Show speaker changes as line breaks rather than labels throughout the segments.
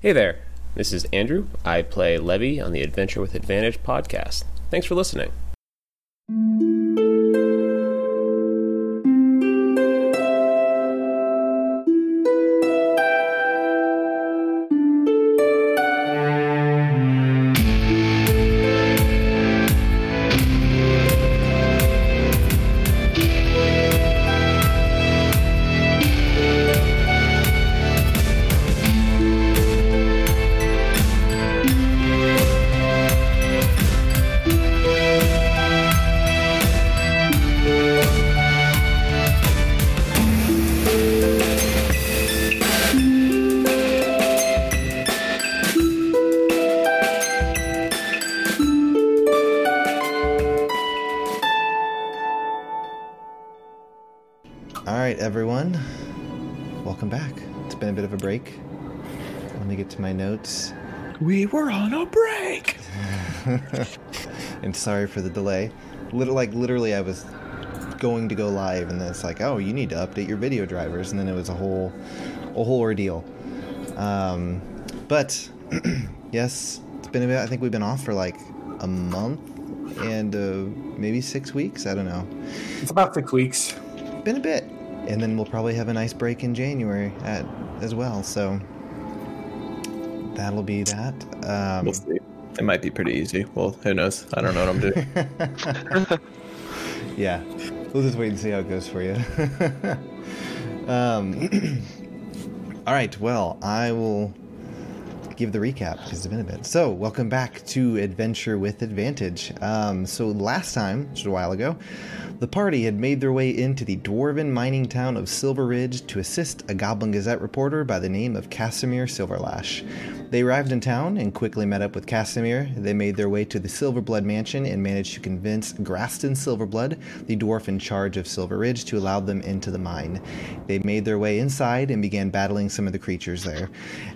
Hey there, this is Andrew. I play Levy on the Adventure with Advantage podcast. Thanks for listening.
All right, everyone. Welcome back. It's been a bit of a break. Let me get to my notes.
We were on a break.
And sorry for the delay. Lit- like, literally, I was going to go live, and then it's like, oh, you need to update your video drivers. And then it was a whole, a whole ordeal. Um, but, yes, it's been a bit. I think we've been off for like a month and uh, maybe six weeks. I don't know.
It's about six weeks.
been a bit. And then we'll probably have a nice break in January at, as well. So that'll be that. Um,
We'll see. It might be pretty easy. Well, who knows? I don't know what I'm doing.
yeah, we'll just wait and see how it goes for you. um, all right. Well, I will give the recap because it's been a bit. So, welcome back to Adventure with Advantage. Um, so, last time, just a while ago, the party had made their way into the dwarven mining town of Silver Ridge to assist a Goblin Gazette reporter by the name of Casimir Silverlash. They arrived in town and quickly met up with Casimir. They made their way to the Silverblood mansion and managed to convince Graston Silverblood, the dwarf in charge of Silver Ridge, to allow them into the mine. They made their way inside and began battling some of the creatures there.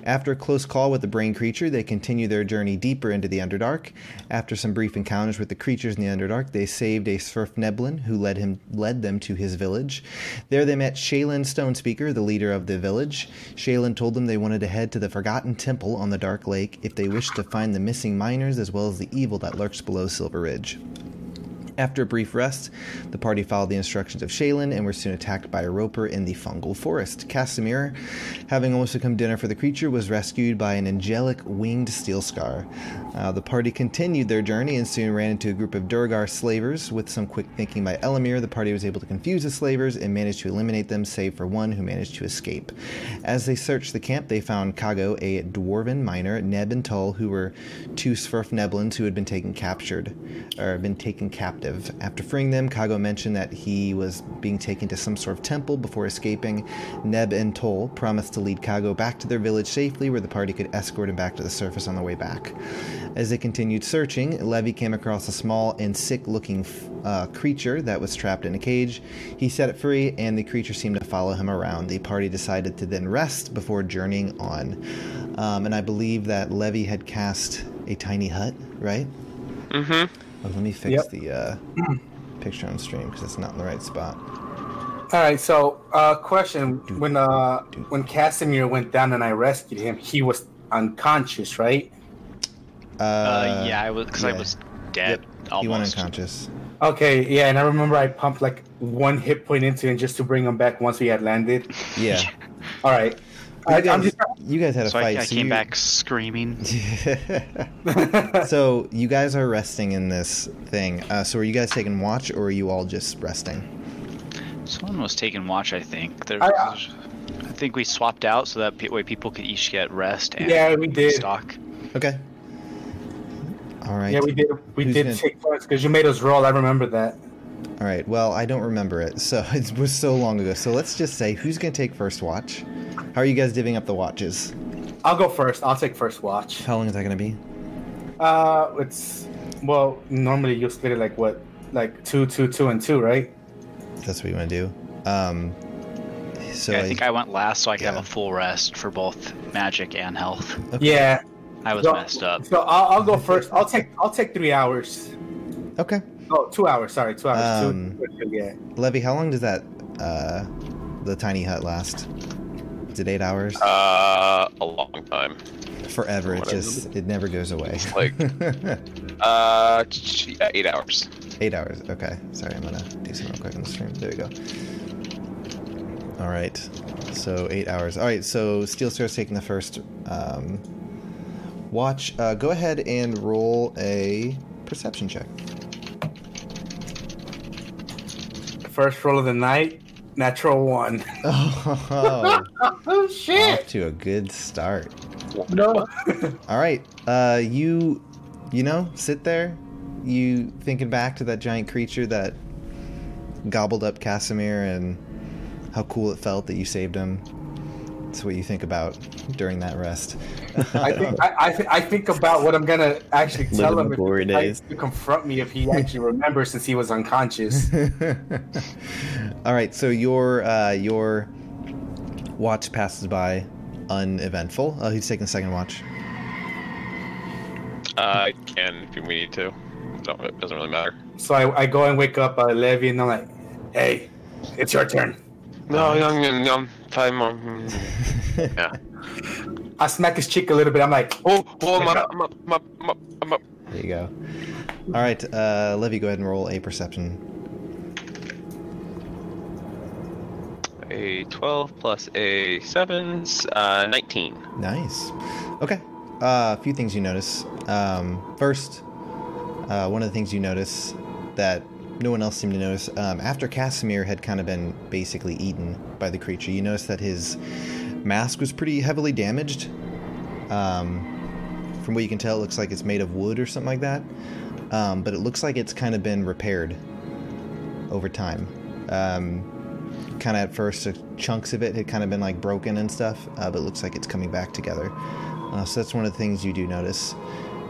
After a close call with the brain creature, they continue their journey deeper into the Underdark. After some brief encounters with the creatures in the Underdark, they saved a Swerf Neblin who led him led them to his village. There they met Shaylin Stonespeaker, the leader of the village. Shaylin told them they wanted to head to the Forgotten Temple on the Dark Lake if they wished to find the missing miners as well as the evil that lurks below Silver Ridge. After a brief rest, the party followed the instructions of Shaylin and were soon attacked by a roper in the fungal forest. Casimir, having almost become dinner for the creature, was rescued by an angelic winged steel scar. Uh, the party continued their journey and soon ran into a group of Durgar slavers. With some quick thinking by Elamir, the party was able to confuse the slavers and managed to eliminate them, save for one who managed to escape. As they searched the camp, they found Kago, a dwarven miner, Neb and Tull, who were two Swerf Neblins who had been taken captured or been taken captive. After freeing them, Kago mentioned that he was being taken to some sort of temple before escaping. Neb and Toll promised to lead Kago back to their village safely, where the party could escort him back to the surface on the way back. As they continued searching, Levy came across a small and sick-looking uh, creature that was trapped in a cage. He set it free, and the creature seemed to follow him around. The party decided to then rest before journeying on. Um, and I believe that Levy had cast a tiny hut, right? Oh, let me fix
Yep.
the uh, picture on stream because it's not in the right spot.
All right. So, uh, question: When uh, when Casimir went down and I rescued him, he was unconscious, right?
Uh,
Uh, yeah, I was because
yeah.
I was dead
He went
almost.
unconscious.
Okay. Yeah, and I remember I pumped like one hit point into him just to bring him back once we had landed.
Yeah.
All right. I,
you, guys,
I'm just.
you guys had a
so I,
fight.
I
so
came
you-
back screaming.
so you guys are resting in this thing. Uh, so are you guys taking watch or are you all just resting?
Someone was taking watch. I think. There,
I- uh,
I, think we swapped out so that pe- way people could each get rest and
Yeah, we did.
stock.
Okay. All right.
Yeah, we did. We
Who's
did
gonna-
take turns because you made us roll. I remember that.
All right. Well, I don't remember it. So it was so long ago. So let's just say who's going to take first watch? How are you guys divvying up the watches?
I'll go first. I'll take first watch.
How long is that going to be?
Uh, it's well normally you split it like what, like two, two, two, and two, right?
That's what you want to do. Um, so
Yeah, I think I went last, so I could
yeah.
have a full rest for both magic and health.
Yeah.
I was
So-
messed up.
So I'll, I'll go first. I'll take I'll take three hours.
okay.
Oh, two hours. Sorry, two hours.
Um,
two, two, yeah.
Levy, how long does that uh, the tiny hut last? Is it eight hours?
Uh, a long time.
Forever. It
whatever.
just it never goes away.
Like, uh, ch- yeah, eight hours.
Eight hours. Okay. Sorry, I'm gonna do something real quick on the stream. There we go. All right. So eight hours. All right. So Steel Star's taking the first um, watch. Uh, go ahead and roll a perception check.
First roll of the night, natural one.
Oh,
oh
off
shit!
to a good start.
No.
All right. Uh, you, you know, sit there. You thinking back to that giant creature that gobbled up Casimir and how cool it felt that you saved him. That's what you think about during that rest.
I think I, I, th- I think about what I'm gonna actually tell
Living
him
the
if
glory
he tries
days.
to confront me if he actually remembers since he was unconscious.
All right, so your uh, your watch passes by uneventful. Oh, he's taking the second watch.
Uh, I can if we need to. Don't, it doesn't really matter.
So I, I go and wake up uh, Levy and I'm like, hey, it's your turn.
No, no, no, no, time. um, Yeah.
I smack his cheek a little bit. I'm like,
Oh, oh, I'm up, I'm up, I'm up, I'm up, I'm up.
There you go. All right, uh, Levy, go ahead and roll a perception.
A 12 plus a 7's uh, 19.
Nice. Okay. Uh, a few things you notice. Um, first, uh, one of the things you notice that no one else seemed to notice um, after Casimir had kind of been basically eaten by the creature, you noticed that his mask was pretty heavily damaged. Um, from what you can tell, it looks like it's made of wood or something like that. Um, but it looks like it's kind of been repaired over time. Um, kind of at first uh, chunks of it had kind of been like broken and stuff uh, but it looks like it's coming back together uh, so that's one of the things you do notice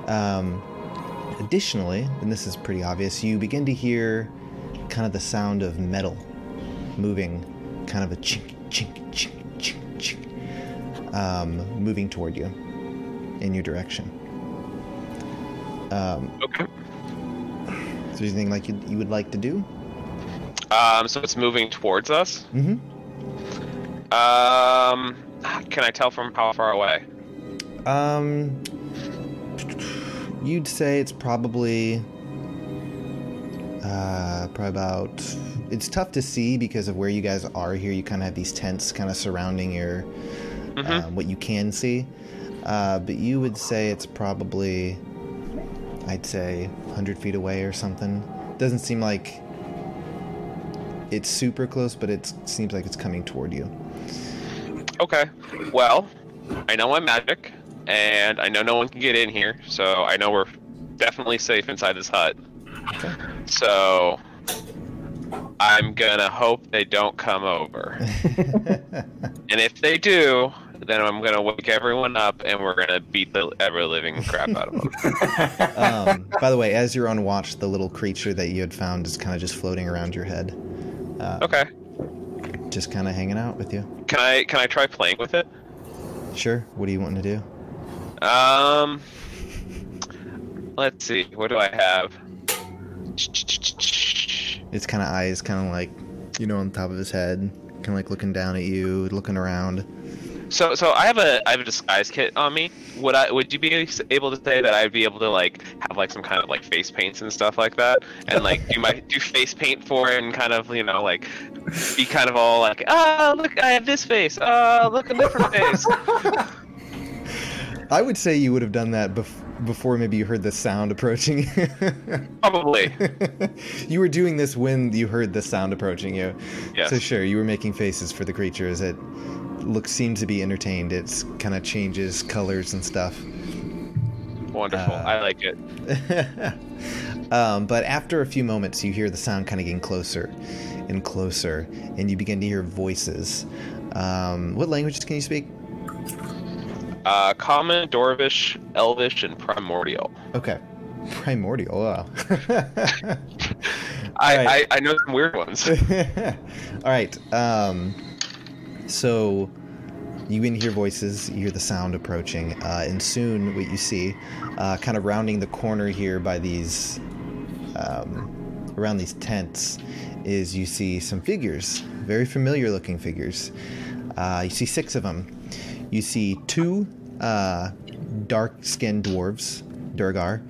um, additionally and this is pretty obvious you begin to hear kind of the sound of metal moving kind of a chink chink chink chink chink um, moving toward you in your direction um,
Okay.
is there anything like you, you would like to do
Um, so it's moving towards us.
mm-hmm
Um, can I tell from how far away?
Um, you'd say it's probably, uh, probably about. It's tough to see because of where you guys are here. You kind of have these tents kind of surrounding your um, what you can see. Uh, but you would say it's probably, I'd say, 100 feet away or something. Doesn't seem like it's super close, but it seems like it's coming toward you.
Okay. Well, I know I'm magic, and I know no one can get in here, so I know we're definitely safe inside this hut. So I'm gonna hope they don't come over. and if they do, then I'm gonna wake everyone up, and we're gonna beat the ever living crap out of them.
um, by the way, as you're on watch, the little creature that you had found is kind of just floating around your head,
okay.
just kind of hanging out with you.
Can I can I try playing with it?
Sure. What do you want to do?
Um, let's see. What do I have?
It's kind of eyes, kind of like, you know, on top of his head, kind of like looking down at you, looking around.
So, so I have a I have a disguise kit on me. Would I would you be able to say that I'd be able to like have like some kind of like face paints and stuff like that, and like do my do face paint for it and kind of you know like be kind of all like ah look I have this face ah look a different face.
I would say you would have done that bef- before maybe you heard the sound approaching.
Probably.
you were doing this when you heard the sound approaching you.
Yes.
So sure, you were making faces for the creature as it looks seems to be entertained. It's kind of changes colors and stuff.
Wonderful. I like it.
um, but after a few moments, you hear the sound kind of getting closer and closer, and you begin to hear voices. Um, what languages can you speak?
Uh, common, Dorvish, Elvish, and Primordial.
Okay, primordial. Wow.
I,
Alright.
I, I know some weird ones.
All right. Um, so you can hear voices, you hear the sound approaching, uh, and soon what you see, uh, kind of rounding the corner here by these, um, around these tents, is you see some figures, very familiar looking figures. Uh, you see six of them. You see two uh, dark skinned dwarves, Durgar,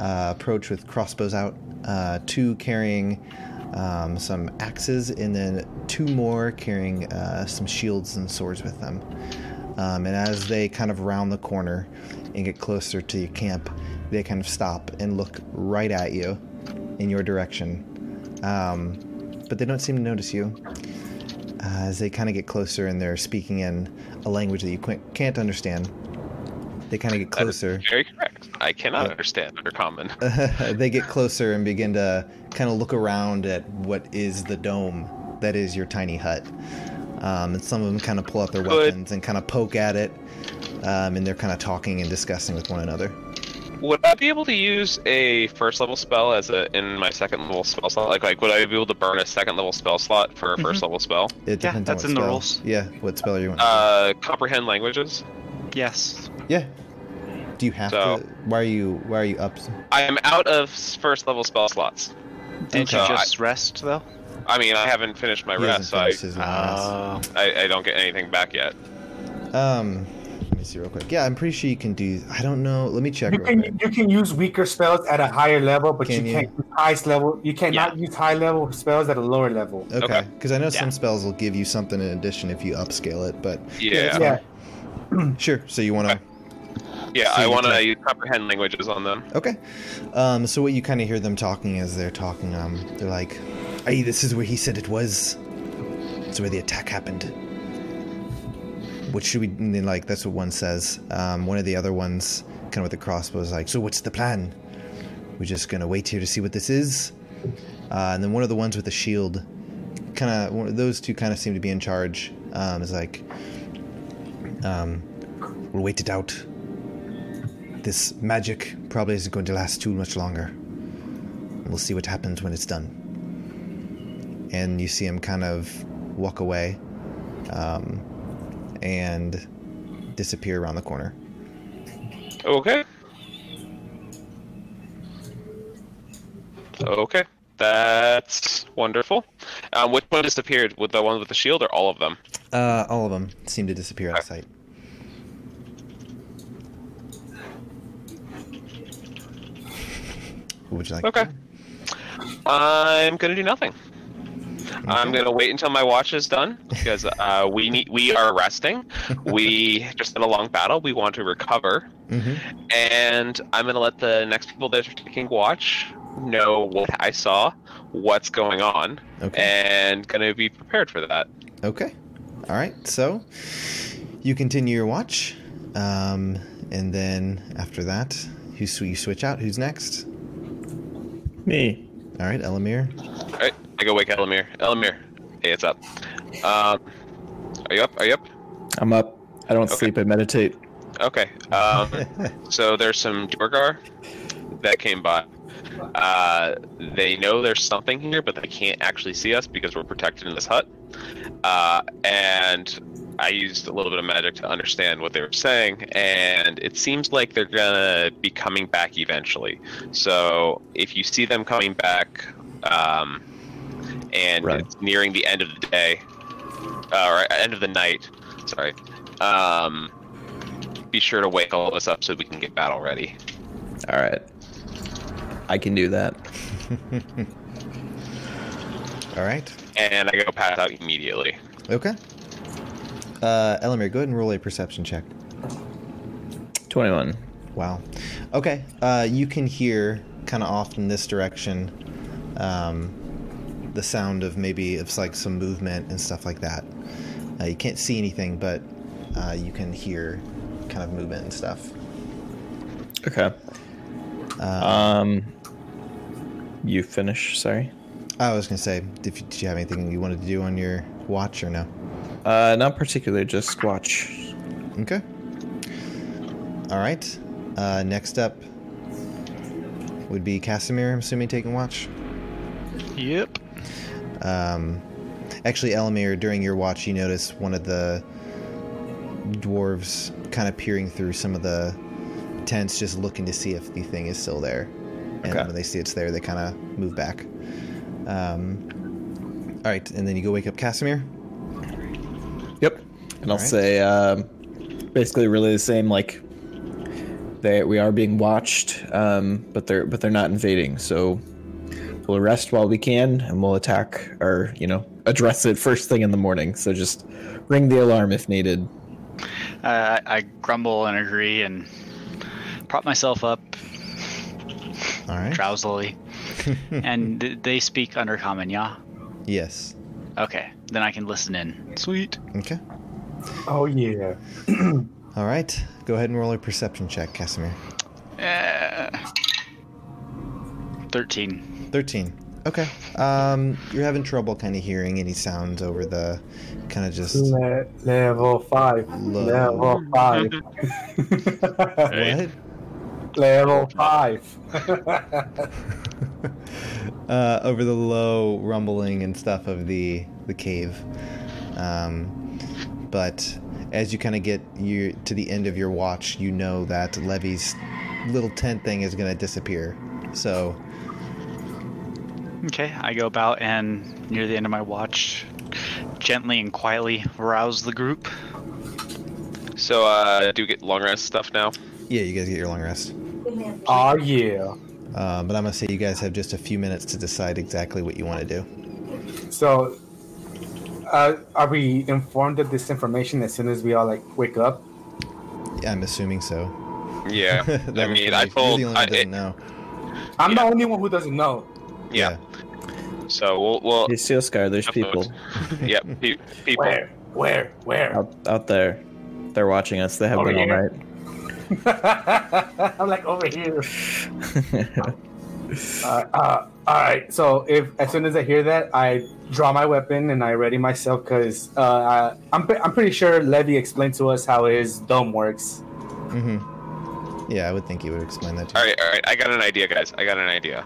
uh, approach with crossbows out, uh, two carrying um, some axes, and then two more carrying uh, some shields and swords with them. Um, and as they kind of round the corner and get closer to your camp, they kind of stop and look right at you in your direction. Um, but they don't seem to notice you Uh, as they kind of get closer and they're speaking in a language that you qu- can't understand. They kind of get
That is
closer.
Very correct. I cannot understand under common.
Uh, they get closer and begin to kind of look around at what is the dome that is your tiny hut. Um, and some of them kind of pull out their
Good.
weapons and kind of poke at it. Um, and they're kind of talking and discussing with one another.
Would I be able to use a first level spell as a in my second level spell slot? Like, like would I be able to burn a second level spell slot for a 1st level spell?
It depends
Yeah,
on
that's
what
in the
spell-
rules.
Yeah, what spell you want.
Uh, comprehend languages.
Yes.
yeah. Do you have
so-
to? Why are you? Why are you up?
I am out of s- first level spell slots.
Didn't
Uh,
Okay.
you just rest though?
I mean, I haven't finished my
He hasn't
rest, so I,
finished his last.
Uh,
I, I don't get anything back yet.
Um, let me see real quick. Yeah, I'm pretty sure you can do. I don't know. Let me check.
You
real
can
quick.
you can use weaker spells at a higher level, but
Can
you
you?
can't use highest level. You cannot use high level spells at a lower level.
Okay,
okay.
because I know some spells will give you something in addition if you upscale it, but
Yeah, yeah.
Yeah,
sure. So you want to? so
I
you
want
can-
to use comprehend languages on them.
Okay. Um, so what you kind of hear them talking as they're talking, um, they're like, "Hey, this is where he said it was. It's where the attack happened. What should we?" And then, like, that's what one says. Um, one of the other ones, kind of with the crossbow, is like, "So what's the plan? We're just gonna wait here to see what this is." Uh, and then one of the ones with the shield, kind of those two kind of seem to be in charge. Um, is like, um, "We'll wait it out." This magic probably isn't going to last too much longer. And we'll see what happens when it's done. And you see him kind of walk away um, and disappear around the corner.
Okay. Okay, that's wonderful. Um, which one disappeared? With the one with the shield, or all of them?
Uh, all of them seem to disappear out of sight. What would you like? to
Okay.
do?
I'm gonna do nothing. I'm gonna wait until my watch is done because uh, we need we are resting. We just had a long battle. We want to recover,
Mhm.
and I'm gonna let the next people that are taking watch know what I saw, what's going on,
Okay.
and gonna be prepared for that.
Okay. All right. So you continue your watch, um, and then after that, who sw- you switch out? Who's next?
Me.
All right, Elamir.
All right, I go wake Elamir. Elamir, hey, it's up. Um, are you up? Are you up?
I'm up. I don't
Okay.
sleep. I meditate.
Okay. Um, so there's some Durgar that came by. Uh, they know there's something here, but they can't actually see us because we're protected in this hut. Uh, and I used a little bit of magic to understand what they were saying, and it seems like they're gonna be coming back eventually. So if you see them coming back, um, and
Run.
it's nearing the end of the day, uh, or end of the night, sorry, um, be sure to wake all of us up so we can get battle ready.
All right. I can do that.
All right.
And I go pass out immediately.
Okay. Uh, Elamir, go ahead and roll a perception check.
21.
Wow. Okay. Uh, you can hear kind of off in this direction um, the sound of maybe of like some movement and stuff like that. Uh, you can't see anything, but uh, you can hear kind of movement and stuff.
Okay. Um, you finish. Sorry.
I was gonna say, if you, did you have anything you wanted to do on your watch or no?
Uh, not particularly. Just watch.
Okay. All right. Uh, next up would be Casimir. I'm assuming taking watch.
Yep.
Um, actually, Elamir, during your watch, you notice one of the dwarves kind of peering through some of the tents, just looking to see if the thing is still there. And
Okay.
when they see it's there, they kind of move back. Um, all right, and then you go wake up Casimir.
Yep. and I'll
Alright.
say um, basically really the same. Like they we are being watched, um, but they're but they're not invading. So we'll rest while we can, and we'll attack or you know address it first thing in the morning. So just ring the alarm if needed.
Uh, I grumble and agree and prop myself up
All right.
drowsily. and th- they speak under common, yeah?
Yes.
Okay, then I can listen in. Sweet.
Okay.
Oh yeah.
All right. Go ahead and roll a perception check, Casimir.
Eh. 13.
13. Okay. Um, you're having trouble kind of hearing any sounds over the kind of just.
Le- level five. Level five.
What?
level five.
uh, over the low rumbling and stuff of the the cave. Um, but as you kind of get you to the end of your watch, you know that Levy's little tent thing is going to disappear. So
Okay, I go about and near the end of my watch, gently and quietly rouse the group.
So, uh, do you get long rest stuff now?
yeah, you guys get your long rest.
oh yeah.
Uh, but I'm gonna say you guys have just a few minutes to decide exactly what you want to do.
So, uh, are we informed of this information as soon as we all like wake up?
I'm assuming so.
Yeah.
That
I mean, I
information- you're
told.
the only
I,
one that doesn't
it-
know.
I'm the
Yeah.
only one who doesn't know.
yeah. So we'll. we'll
Hey, Steel Scar, there's people
yeah. Pe- people.
Where? Where? Where?
out out there. They're watching us. They have
Over
been all
here.
night.
I'm like over here. Uh, uh, all right. So if as soon as I hear that, I draw my weapon and I ready myself because uh, I- I'm pre- I'm pretty sure Levy explained to us how his dome works.
Mm-hmm. Yeah, I would think you would explain that. To
All
you.
right, all right. I got an idea, guys. I got an idea.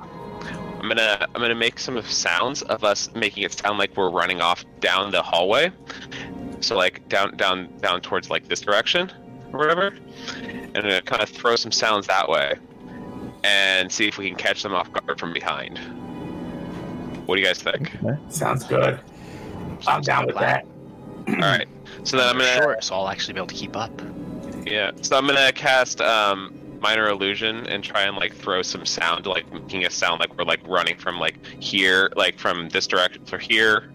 I'm gonna I'm gonna make some sounds of us making it sound like we're running off down the hallway. So like down down down towards like this direction or whatever, and I'm gonna kind of throw some sounds that way, and see if we can catch them off guard from behind. What do you guys think?
Sounds good. I'm down with that.
all right. So then I'm
They're
gonna
short, so I'll actually be able to keep up.
Yeah, so I'm gonna cast um, minor illusion and try and like throw some sound, like making a sound like we're like running from like here, like from this direction or here.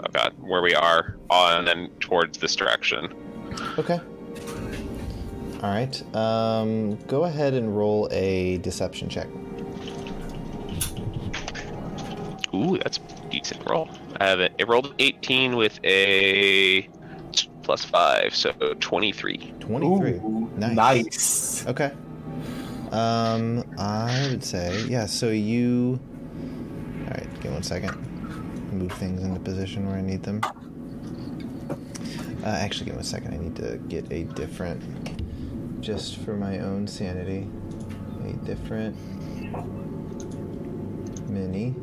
Oh god, where we are, on and then towards this direction.
Okay. All right. Um, go ahead and roll a deception check.
Ooh, that's a decent roll. I have it. It rolled 18 with a plus five, so 23.
Twenty-three.
Ooh,
nice.
nice.
Okay. Um, I would say yeah. So you. All right. Give me one second. Move things into position where I need them. Uh, actually, give me one second. I need to get a different, just for my own sanity, a different mini.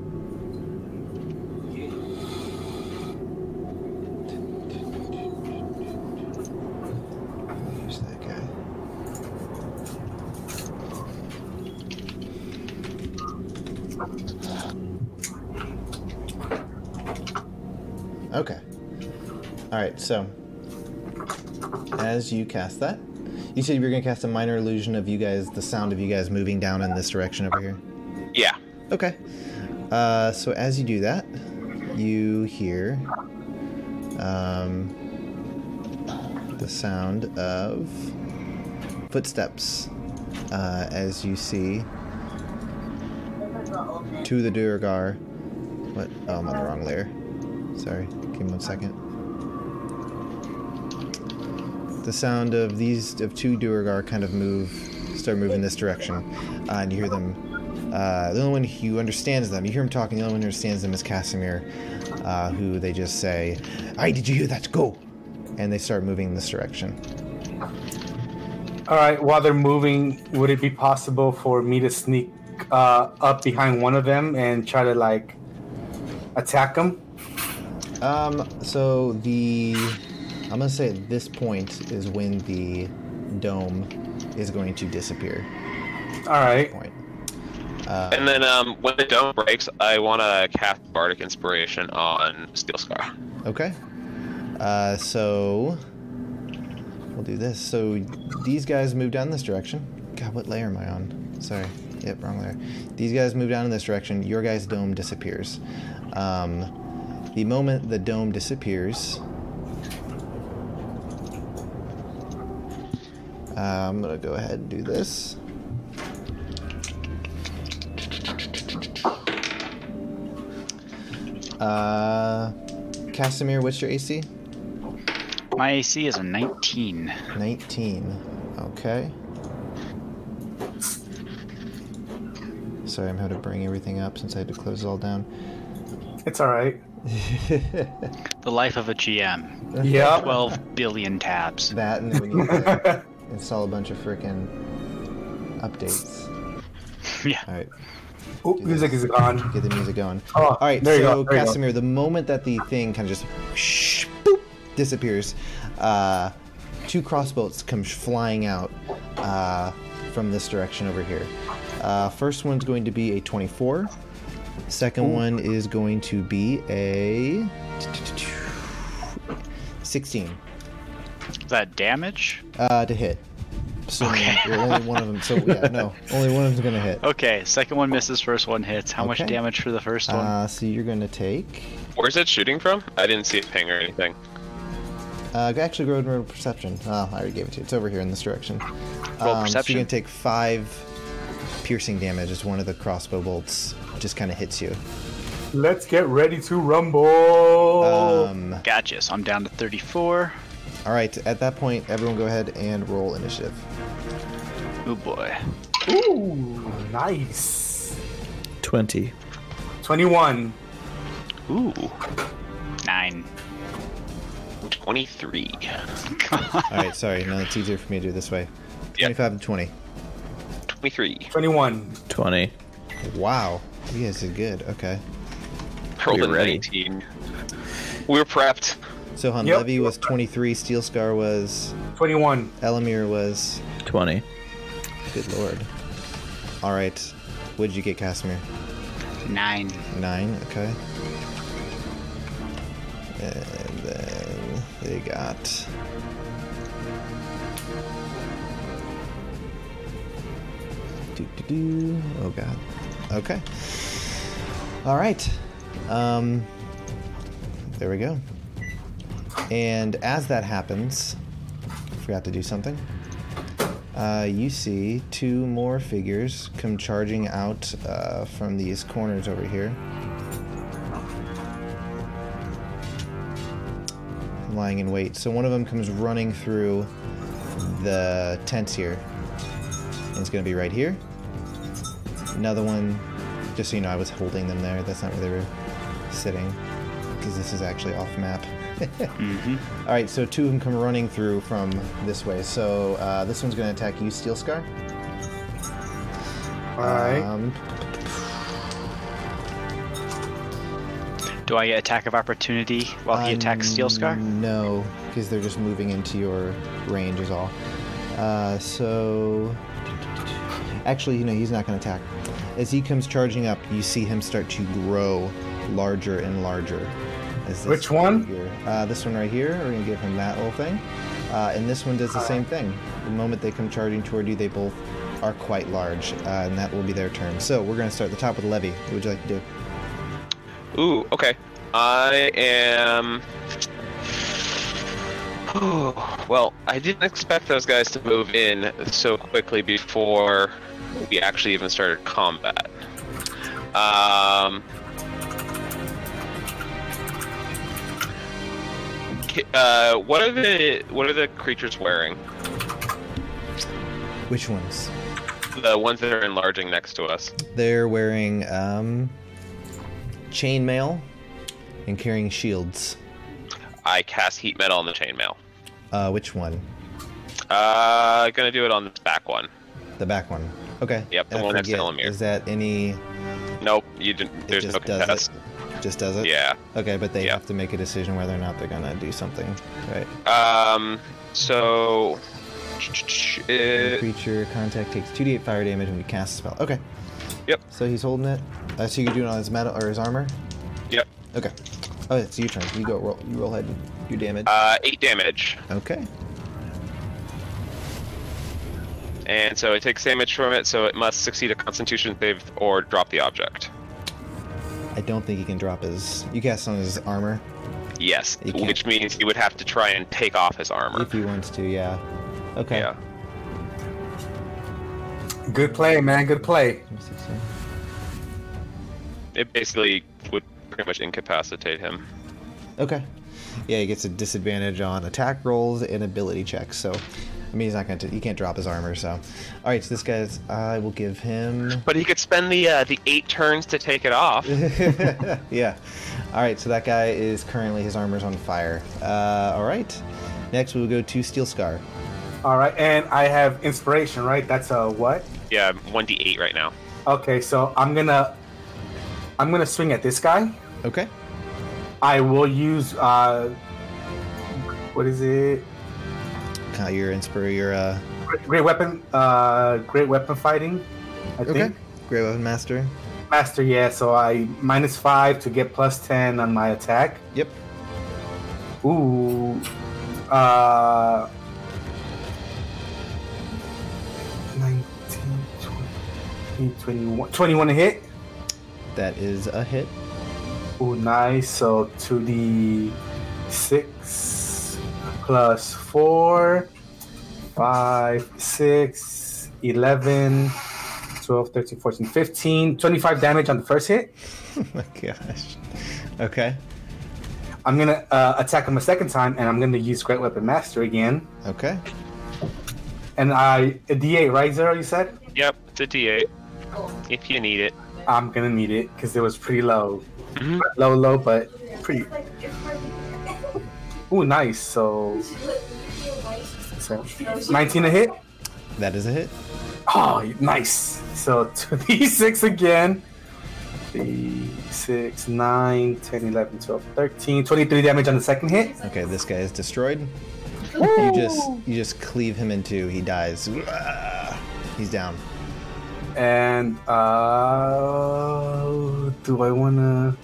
Where's that guy? Okay. All right. So, as you cast that, you said you were going to cast a minor illusion of you guys, the sound of you guys moving down in this direction over here.
Yeah.
Okay. Uh, so as you do that, you hear um, the sound of footsteps uh, as you see to the Durgar. What? Oh, I'm on the wrong layer. Sorry. Give me one second. The sound of these of two Durgar kind of move, start moving this direction, uh, and you hear them. Uh, the only one who understands them, you hear them talking. The only one who understands them is Casimir, uh, who they just say, "Aye, did you hear that? Go!" And they start moving in this direction.
All right. While they're moving, would it be possible for me to sneak uh, up behind one of them and try to like attack them?
Um, so the I'm gonna say at this point is when the dome is going to disappear.
All right.
Point.
And then um, when the dome breaks, I want to cast Bardic Inspiration on Steel Scar.
Okay. Uh, so We'll do this. So these guys move down this direction. God, what layer am I on? Sorry. Yep, wrong layer. These guys move down in this direction. Your guy's dome disappears. Um, the moment the dome disappears, uh, I'm going to go ahead and do this. Uh, Casimir, what's your AC?
My AC is a 19.
19. Okay. Sorry, I'm having to bring everything up since I had to close it all down.
It's all right.
The life of a GM.
Yeah.
12 billion tabs.
That and then we need to install a bunch of frickin' updates.
yeah.
All right,
Oop, music is gone.
get the music going.
Oh,
all right,
there you
so
go, there you go.
Casimir, the moment that the thing kind of just shh, boop, disappears, uh, two crossbows come sh- flying out uh, from this direction over here. Uh, first one's going to be a 24. Second one is going to be a 16.
Is that damage?
Uh, to hit. So
Okay.
only one of them. So yeah, no, only one of them's gonna hit.
Okay, second one misses, first one hits. How much
Okay.
damage for the first one?
Uh, so you're gonna take.
Where's it shooting from? I didn't see it ping or anything.
Uh, actually, go ahead and roll perception. Oh, I already gave it to you. It's over here in this direction. Um,
Roll
So
perception.
you're gonna take five piercing damage as one of the crossbow bolts just kind of hits you.
Let's get ready to rumble.
Um,
gotcha. So I'm down to 34.
all right. At that point, everyone go ahead and roll initiative.
Oh boy.
Ooh, nice.
20.
21.
Ooh. Nine.
23.
All right. Sorry. No, it's easier for me to do it this way.
Yeah.
25 and 20.
23.
21.
20.
Wow. You guys did good. Okay.
I rolled a
You're ready.
19. We were prepped.
So Han
Yep.
Levy was 23. Steel Scar was
21.
Elamir was
20.
Good lord. All right. What'd you get, Casimir?
Nine.
Nine. Okay. And then they got. Do do do. Oh god. Okay. All right. Um. There we go. And as that happens, forgot to do something. Uh, you see two more figures come charging out uh, from these corners over here. Lying in wait. So one of them comes running through the tents here. And it's going to be right here. Another one, just so you know, I was holding them there. That's not where they were sitting. Because this is actually off map. All right, so two of them come running through from this way. So uh, this one's going to attack you, Steel Scar.
All right.
Um,
Do I get attack of opportunity while he attacks Steel Scar?
No, because they're just moving into your range, is all. Uh, so. Actually, you know, he's not going to attack. As he comes charging up, you see him start to grow larger and larger. As this
Which one?
figure- Uh, this one right here. We're going to give him that little thing. Uh, and this one does the
Uh-huh.
same thing. The moment they come charging toward you, they both are quite large, uh, and that will be their turn. So we're going to start at the top with Levy. What would you like to do?
Ooh, okay. I am. well, I didn't expect those guys to move in so quickly before we actually even started combat. Um. K- Uh, what are the what are the creatures wearing?
Which ones?
The ones that are enlarging next to us.
They're wearing um, chainmail and carrying shields.
I cast heat metal on the chainmail.
Uh, which one?
Uh, gonna do it on this back one.
The back one. Okay.
Yep, the
I
one next to
forget,
Elamir.
Is that any? It
Nope, you didn't. There's
just
no
does
contest.
it. Just does it.
Yeah.
Okay, but they
Yeah.
have to make a decision whether or not they're gonna do something, right?
Um. So.
The
Uh,
creature contact takes 2d8 fire damage when you cast a spell. Okay.
Yep.
So he's holding it. Uh, so you're doing on his metal or his armor.
yep.
Okay. Oh, it's your turn. You go roll. You roll ahead and do damage.
Uh, eight damage.
okay.
and so it takes damage from it. So it must succeed a Constitution save or drop the object.
I don't think he can drop his. You cast on his armor
Yes,
You can't-
which means he would have to try and take off his armor.
if he wants to. Yeah. Okay.
Yeah.
Good play, man. Good play.
16.
It basically would pretty much incapacitate him.
Okay. Yeah, he gets a disadvantage on attack rolls and ability checks. So, I mean, he's not going to. He can't drop his armor. So, all right. So this guy's. I will give him.
But he could spend the uh, the eight turns to take it off.
yeah. All right. So that guy is currently his armor's on fire. Uh, all right. Next, we will go to Steel Scar.
All right, and I have inspiration, right? That's a what?
yeah, one d eight right now.
Okay, so I'm gonna, I'm gonna swing at this guy.
Okay.
I will use, uh, what is it?
Kind of your inspire. Your uh,
Great- Great weapon, uh, great weapon fighting. I
okay.
think.
Great weapon master.
Master, yeah. So I minus five to get plus ten on my attack.
Yep.
Ooh. Uh. 19, 20, 21, 21 to hit.
That is a hit.
Ooh, nice. So 2d6 plus 4, 5, 6, 11, 12, 13, 14, 15, 25 damage on the first hit.
oh my gosh. Okay.
I'm going to uh, attack him a second time, and I'm going to use Great Weapon Master again.
Okay.
And I, a d8, right, Zero, you said?
Yep, it's a d eight. If you need it.
I'm going to need it because it was pretty low.
Mhm.
Low, low, but pretty. Ooh, nice. So, so 19 a hit.
That is a hit.
Oh, nice. So 2d6 again. 3, 6, 9, 10, 11, 12, 13, 23 damage on the second hit.
Okay, this guy is destroyed. You just you just cleave him in two. He dies. He's down.
And, uh, do I want to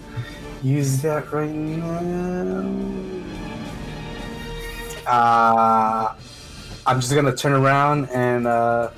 use that right now? Uh, I'm just going to turn around and, uh,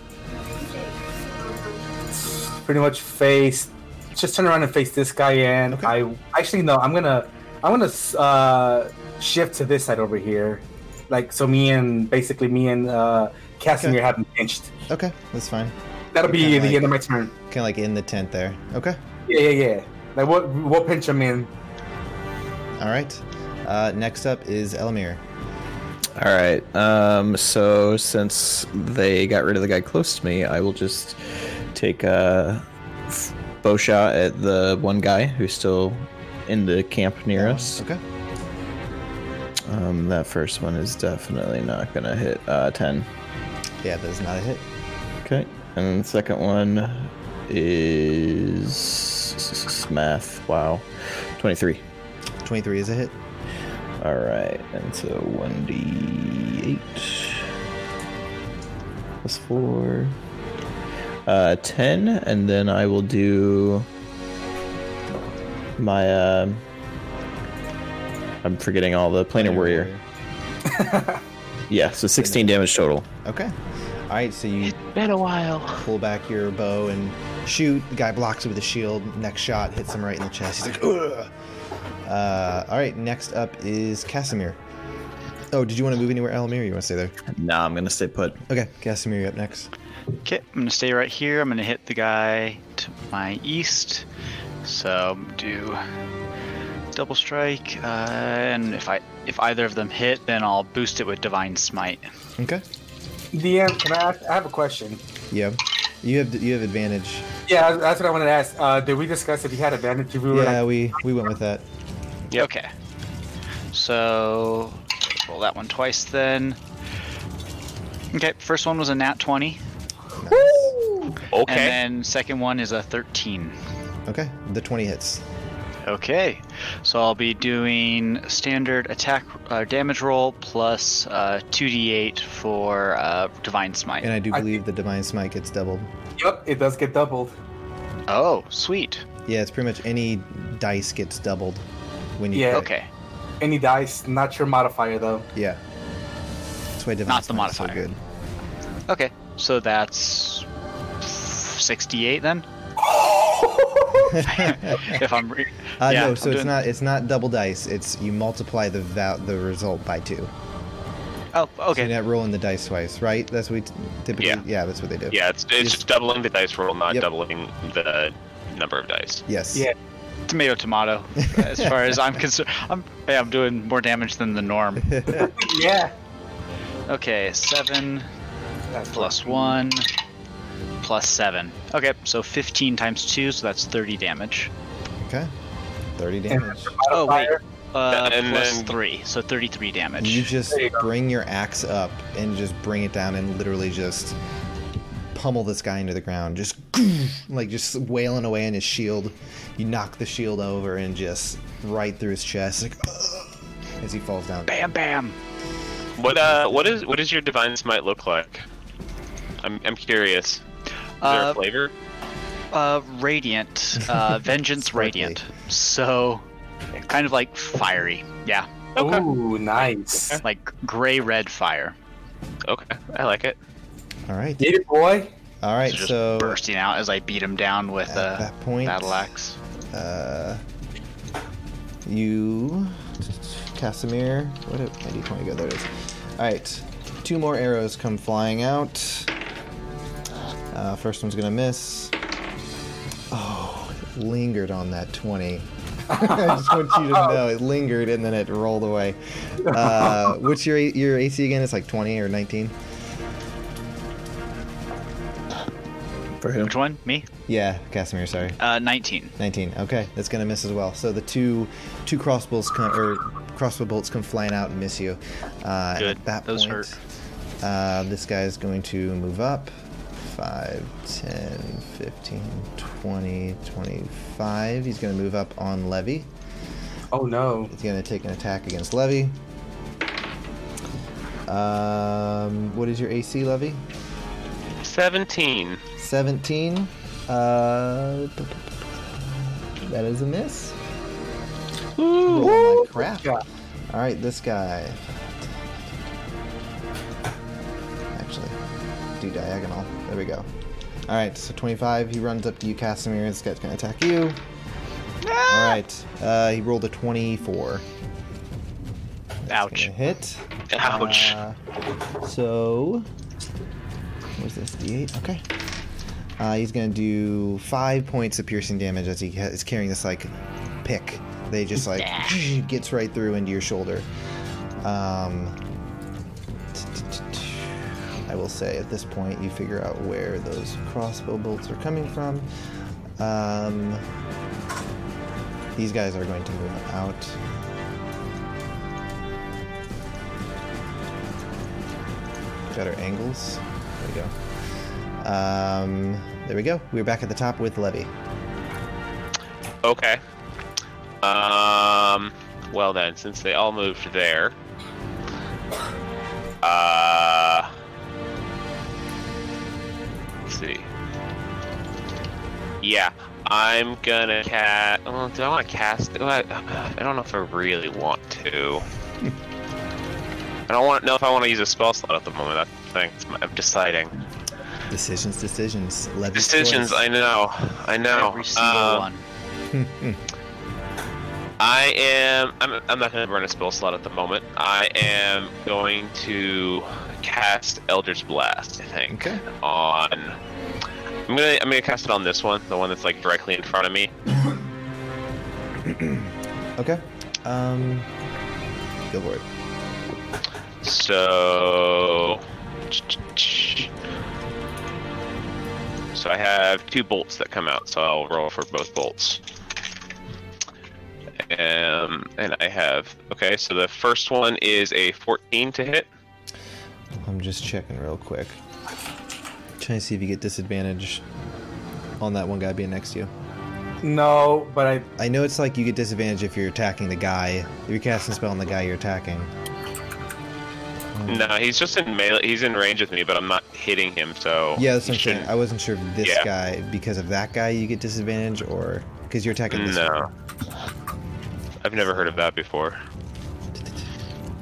pretty much face just turn around and face this guy and
Okay.
i actually no i'm gonna i'm gonna uh shift to this side over here like so me and basically me and uh Casimir
Okay.
haven't pinched
Okay, that's fine.
that'll be
Okay,
the
like-
end of my turn
Kind of like in the tent there. Okay.
yeah yeah yeah like we'll, we'll pinch him in
All right. Uh, next up is Elmir.
All right. Um, so since they got rid of the guy close to me, I will just take a f- bow shot at the one guy who's still in the camp near us.
Okay.
Um, that first one is definitely not gonna hit uh, ten.
Yeah, that is not a hit.
Okay, and then the second one is math. Wow, twenty-three.
Twenty-three is a hit.
All right, and so one d eight plus four, uh, ten, and then I will do my. Uh, I'm forgetting all the planar warrior. Yeah, so sixteen damage total.
Okay. All right. So you
Been a while.
pull back your bow and shoot. The guy blocks it with a shield. Next shot hits him right in the chest. He's like, ugh. Uh, all right. Next up is Casimir. Oh, did you want to move anywhere, Elmir? You want to stay there?
Nah, I'm gonna stay put.
Okay, Casimir, you're up next.
Okay, I'm gonna stay right here. I'm gonna hit the guy to my east. So do double strike, uh, and if I if either of them hit, then I'll boost it with divine smite.
Okay.
dm can i ask, i have a question
Yeah. You have you have advantage.
yeah that's what i wanted to ask uh did we discuss if he had advantage if we were
Yeah,
like
we we went with that.
Yep.
Okay. So roll that one twice then. Okay, first one was a nat 20, and
Okay.
then second one is a 13.
Okay, the twenty hits.
Okay, so I'll be doing standard attack uh, damage roll plus uh, 2d8 for uh, Divine Smite.
And I do
I-
believe the divine smite gets doubled.
yep it does get doubled
oh, sweet.
Yeah, it's pretty much any dice gets doubled when you.
Yeah.
Okay,
any dice not your modifier though
Yeah. That's why divine
Not the
smite's
modifier.
So good.
okay. So that's 68 then? if I'm re-
Uh,
yeah,
no,
I'm
so it's
doing-
not it's not double dice. It's you multiply the val- the result by two.
Oh,
So
okay.
you're not rolling the dice twice, right? That's what we t- typically.
Yeah.
that's what they do.
Yeah, it's, it's just doubling the dice roll, not
Yep.
doubling the number of dice.
Yes.
Yeah.
Tomato, tomato. As far as I'm concerned, I'm yeah, I'm doing more damage than the norm.
Yeah.
Okay, seven plus one plus seven. Okay, so 15 times two, so that's 30 damage.
Okay. Thirty
And
damage.
Oh wait,
modifier.
uh,
And
plus
then-
three, so 33 damage.
You just
There you go.
bring your axe up and just bring it down and literally just pummel this guy into the ground. Just like just wailing away on his shield. You knock the shield over and just right through his chest, like as he falls down.
Bam, bam.
What uh, what is what does your divine smite look like? I'm, I'm curious. Is there
Uh,
a flavor?
Uh, radiant, uh, vengeance,
Sparkly.
radiant. So, kind of like fiery. Yeah,
Okay.
Ooh, nice.
like gray red fire.
Okay, I like it.
All right.
Get it, boy.
All right.
It's just
So
bursting out as I beat him down with
at
a
that point,
battle axe.
Uh, you, Casimir. What did my d20 go? There it is. All right, two more arrows come flying out. Uh, first one's gonna miss. Oh, it lingered on that 20. I just want you to know it lingered and then it rolled away. Uh, what's your A- your AC again? It's like 20 or 19.
For who?
Which one? Me?
Yeah, Casimir. Sorry.
Uh, 19.
19. Okay, that's gonna miss as well. So the two two crossbows come or crossbow bolts come flying out and miss you. Uh, and
Good.
At that
Those
point,
hurt.
Uh, this guy is going to move up. 5, 10, 15, 20, 25. He's going to move up on Levy.
Oh no.
He's going to take an attack against Levy. Um, what is your AC, Levy?
Seventeen.
17. Uh, that is a miss. Ooh, crap.
Yeah.
All right, this guy. Actually, do diagonal. There we go. All right, so 25. He runs up to you, Casimir. This guy's gonna attack you. All right. Uh, he rolled a 24.
Ouch.
Gonna hit.
Ouch.
Uh, so, where's this d8? Okay. Uh, he's gonna do five points of piercing damage as he ha- is carrying this like pick. They just like gets right through into your shoulder. Um, I will say at this point you figure out where those crossbow bolts are coming from. Um, these guys are going to move out. better angles. There we go. Um, there we go. We're back at the top with Levy.
Okay. Um. Well then, since they all moved there, uh, let's see. Yeah, I'm gonna cast. Oh, do I want to cast? Oh, I, I don't know if I really want to. I don't want know if I want to use a spell slot at the moment. That's the thing. It's my- I'm deciding.
Decisions, decisions. Levy.
Decisions. I know. I know.
Every single
Uh,
one.
I am. I'm, I'm not going to burn a spell slot at the moment. I am going to cast Elder's Blast. I think
Okay.
on. I'm gonna. I'm gonna cast it on this one, the one that's like directly in front of me.
Okay. Um, go for it.
So. So I have two bolts that come out, so I'll roll for both bolts. Um, and I have okay. So the first one is a 14 to hit.
I'm just checking real quick. Trying to see if you get disadvantage on that one guy being next to you.
No, but I.
I know it's like you get disadvantage if you're attacking the guy. If you're casting a spell on the guy you're attacking.
No, he's just in melee. He's in range with me, but I'm not hitting him, so
Yeah, that's
he
what I'm saying.
shouldn't-
I wasn't sure if this
Yeah.
guy, because of that guy, you get disadvantage or because you're attacking this
no,
one.
I've never heard of that before.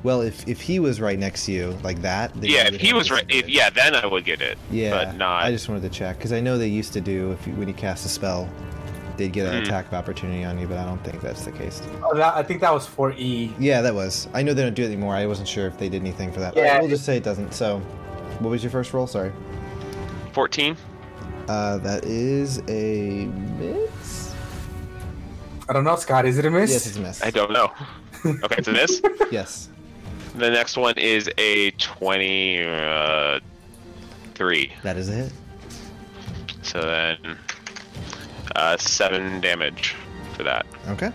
Well, if if he was right next to you like that, then
yeah,
you
if
would
he
have
was right, if,
disadvantage.
yeah, then I would get it.
yeah,
but not.
I just wanted to check because I know they used to do if you, when you cast a spell, they'd get an
Mhm.
attack of opportunity on you, but I don't think that's the case.
Oh, that, I think that was for E.
Yeah, that was. I know they don't do it anymore. I wasn't sure if they did anything for that. But
Yeah.
we'll just say it doesn't. So, what was your first roll? Sorry.
Fourteen.
Uh, that is a miss.
I don't know, Scott. Is it a miss?
Yes, it's a miss.
I don't know. okay, it's a miss.
Yes.
The next one is a uh, twenty-three.
That is a hit.
so then, uh, seven damage for that.
Okay.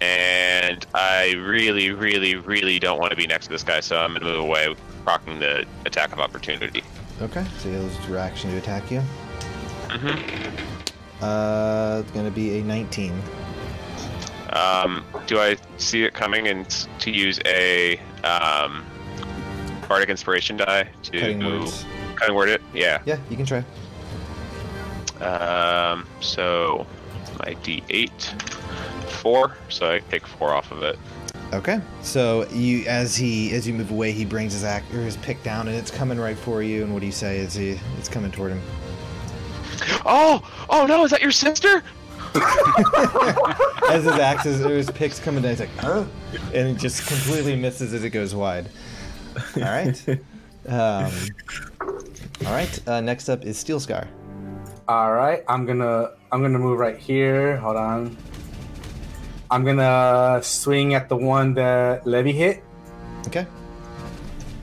And I really, really, really don't want to be next to this guy, so I'm gonna move away, rocking the attack of opportunity.
Okay. So he'll use your action to attack you.
Mm-hmm.
Uh, it's gonna be a 19.
Um, do I see it coming and s- to use a um, bardic inspiration die to
Cutting words.
cutting word it? Yeah.
Yeah, you can try.
Um, so my D8, four. So I take four off of it.
Okay. So you, as he, as you move away, he brings his act or his pick down, and it's coming right for you. And what do you say? As he, it's coming toward him.
Oh! Oh no! Is that your sister?
as his axes or his picks coming down, he's like, huh? And it just completely misses as it goes wide. All right. Um, all right. Uh, next up is Steel Scar.
All right, I'm gonna I'm gonna move right here. Hold on. I'm gonna swing at the one that Levy hit.
Okay.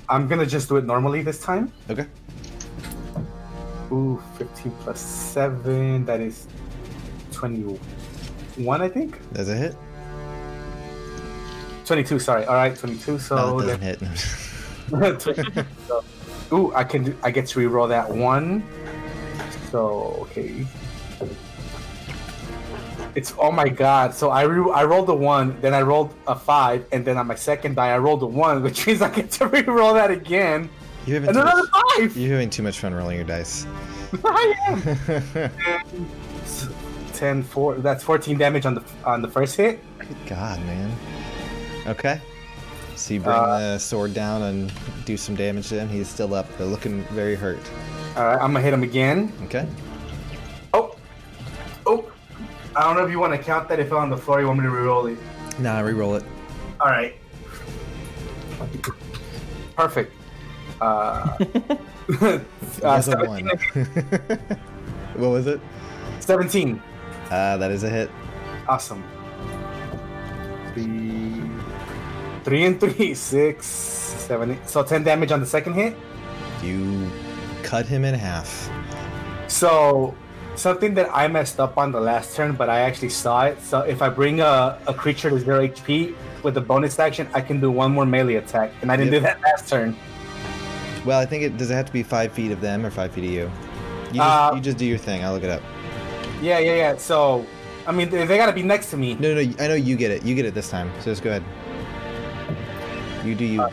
I'm gonna just do it normally this time.
Okay.
Ooh, 15 plus seven. That is 21, I think.
That's a hit.
22. Sorry. All right, 22. So,
no, that doesn't hit.
that- 22, so- ooh, I can do, I get to reroll that one. So okay. It's oh my god! So I re- I rolled a one, then I rolled a five, and then on my second die I rolled a one, which means I get to reroll that again,
You're having,
and
too
another
much,
five.
you're having too much fun rolling your dice.
I am.
Good
10, 4, that's 14 damage on the on the first hit.
God, man. Okay. So you bring
Uh,
the sword down and do some damage to him. He's still up, but looking very hurt.
All right, I'm gonna hit him again.
Okay.
Oh, oh! I don't know if you want to count that. If on the floor, you want me to reroll it.
Nah, reroll it.
All right. Perfect. Uh, uh,
That's a
17,
one. what was it?
17.
Uh, that is a hit.
Awesome. Three, three and three, six, seven, eight. So 10 damage on the second hit.
You cut him in half.
So, something that I messed up on the last turn, but I actually saw it. So, if I bring a, a creature to zero HP with a bonus action, I can do one more melee attack, and I didn't
Yep.
do that last turn.
Well, I think it does. It have to be five feet of them or five feet of you. You just,
Uh,
you just do your thing. I'll look it up.
Yeah, yeah, yeah. So, I mean, they, they gotta be next to me.
No, no, no. I know you get it. You get it this time. So just go ahead. You do
Uh,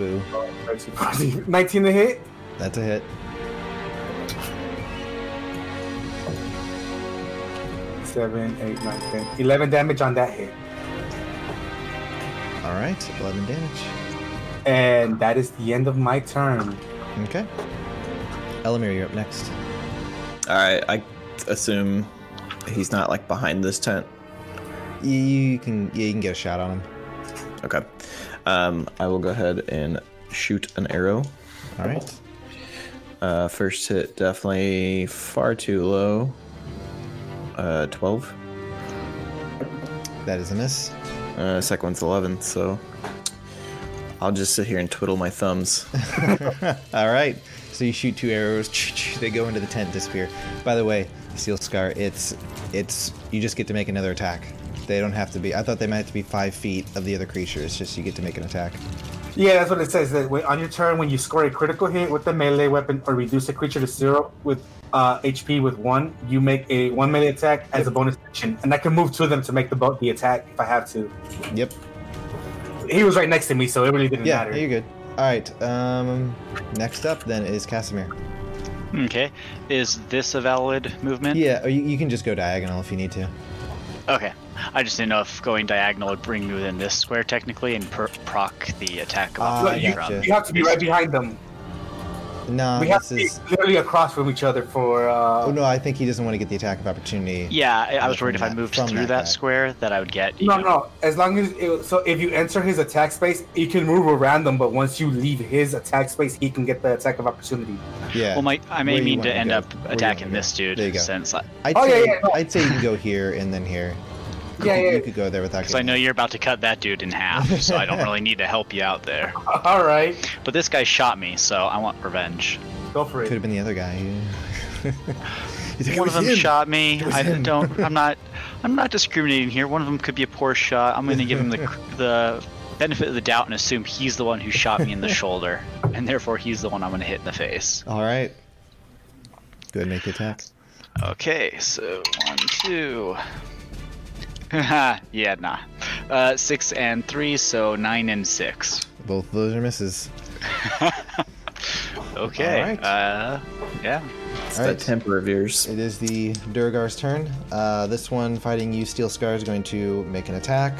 you, boo.
19 to hit.
That's a hit.
Seven, eight, nine, ten. 11 damage on that hit.
All right, eleven damage.
And that is the end of my turn.
Okay. Elamir, you're up next.
I I assume he's not like behind this tent.
You, you can, yeah, you can get a shot on him.
Okay. Um, I will go ahead and shoot an arrow.
All right.
Uh, first hit definitely far too low. Uh, twelve.
That is a miss.
Uh, second one's eleven. So I'll just sit here and twiddle my thumbs.
All right. So you shoot two arrows. They go into the tent, disappear. By the way, Seal Scar, it's it's you just get to make another attack. They don't have to be. I thought they might have to be five feet of the other creature. It's just you get to make an attack.
Yeah, that's what it says. That when, on your turn, when you score a critical hit with the melee weapon or reduce a creature to zero with uh, HP with one, you make a one melee attack as a bonus action, and I can move two of them to make the bo- the attack if I have to.
Yep.
He was right next to me, so it really didn't
Yeah,
matter.
you're good. All right. Um, next up then is Casimir.
Okay. Is this a valid movement?
Yeah, or you, you can just go diagonal if you need to.
Okay. I just didn't know if going diagonal would bring you within this square technically and per- proc the attack of
Ah,
opportunity
gotcha.
from.
You have to be right behind them.
Nah,
we have
Ah, this
to be
is.
literally across from each other for. Uh,
Oh no, I think he doesn't want to get the attack of opportunity.
Yeah, I, I was
From
worried if I
that-
moved
from
through
that
that,
guy.
square that I would get. you
No,
know-
no. As long as it, so, if you enter his attack space, you can move around them. But once you leave his attack space, he can get the attack of opportunity.
Yeah.
Well, my, I may
Where you
mean
wanna
to end
go.
up
Where you wanna
attacking
go.
this dude
There you go.
since I,
I'd
Oh, yeah,
say
yeah, no.
I'd say you can go here and then here.
Yeah,
You-
yeah.
You could go there without.
because I
getting-
know you're about to cut that dude in half, so I don't really need to help you out there.
All right,
But this guy shot me, so I want revenge.
go for
Could have
it.
been the other guy. You think it
One
was
of them
him?
shot me.
was
I
him.
don't. I'm not. I'm not discriminating here. One of them could be a poor shot. I'm going to give him the the benefit of the doubt and assume he's the one who shot me in the shoulder, and therefore he's the one I'm going to hit in the face.
All right. Go ahead and make the attack.
Okay, so one, two. yeah, nah. Uh, six and three, so nine and six.
Both of those are misses.
Okay.
All right.
Uh, yeah.
It's
All
that
right.
temper of yours.
It is the Durgar's turn. Uh, this one fighting you, Steel Scar, is going to make an attack.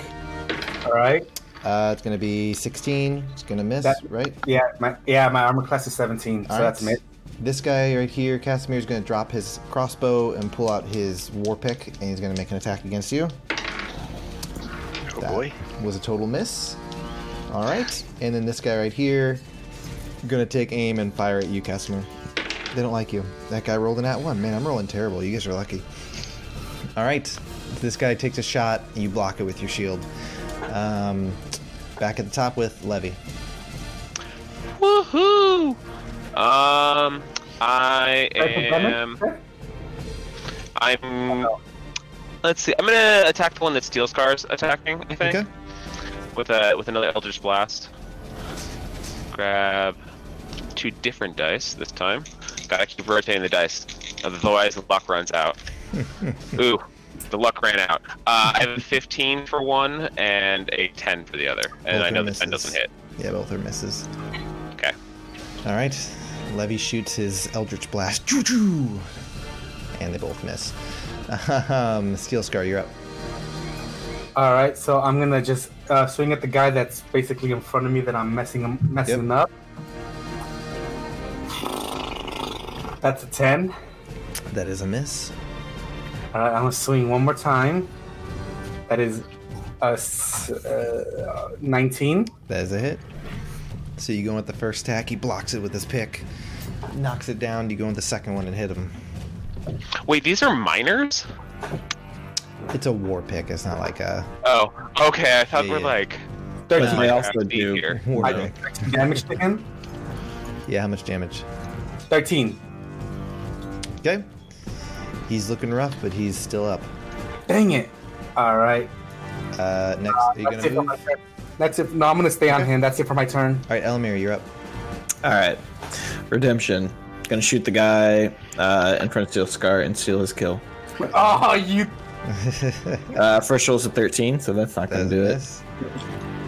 All right.
Uh, it's going to be 16. It's going to miss,
That-
right?
Yeah, my yeah, my armor class is 17, so
All right.
that's mid.
This guy right here, Casimir, is going to drop his crossbow and pull out his war pick, and he's going to make an attack against you.
Oh
That
boy.
was a total miss. All right, and then this guy right here, gonna take aim and fire at you, Casimir. They don't like you. That guy rolled an at one. Man, I'm rolling terrible. You guys are lucky. All right, this guy takes a shot. You block it with your shield. Um, back at the top with Levy.
Woohoo! Um, I
Right from
am.
Brennan?
I'm. Let's see. I'm gonna attack the one that Steel Scar's attacking. I think.
Okay.
With a with another Eldritch Blast. Grab two different dice this time. Gotta keep rotating the dice, otherwise the luck runs out. Ooh, the luck ran out. Uh, I have a 15 for one and a 10 for the other, and
Both
I know
are
the
misses.
10 doesn't hit.
Yeah, both are misses.
Okay.
All right, Levy shoots his Eldritch Blast. Choo choo! And they both miss. Um, Steel Scar, you're up.
All right, so I'm gonna just uh, swing at the guy that's basically in front of me that I'm messing him messing up. That's a ten.
That is a miss.
All right, I'm gonna swing one more time. That is a s- uh, nineteen.
That is a hit. So you go with the first attack, he blocks it with his pick, knocks it down, you go with the second one and hit him.
Wait, these are minors?
It's a war pick, it's not like a
Oh, okay. I thought
Yeah,
we're
yeah.
like
But
Thirteen.
they
I
also
have to be
do.
here.
war
I
pick.
did 13 damage to him.
Yeah, how much damage?
Thirteen.
Okay. He's looking rough, but he's still up.
Dang it! All right.
Uh next are you gonna
That's it for
move?
my
Alright,
turn. That's it. No, I'm gonna stay on
Okay.
him. That's it for my turn.
Elmir, you're up.
All right, redemption. Gonna shoot the guy uh, in front of Steel Scar and steal his kill.
Oh, you
Uh, first roll is a 13, so that's not gonna
That's a
do
miss.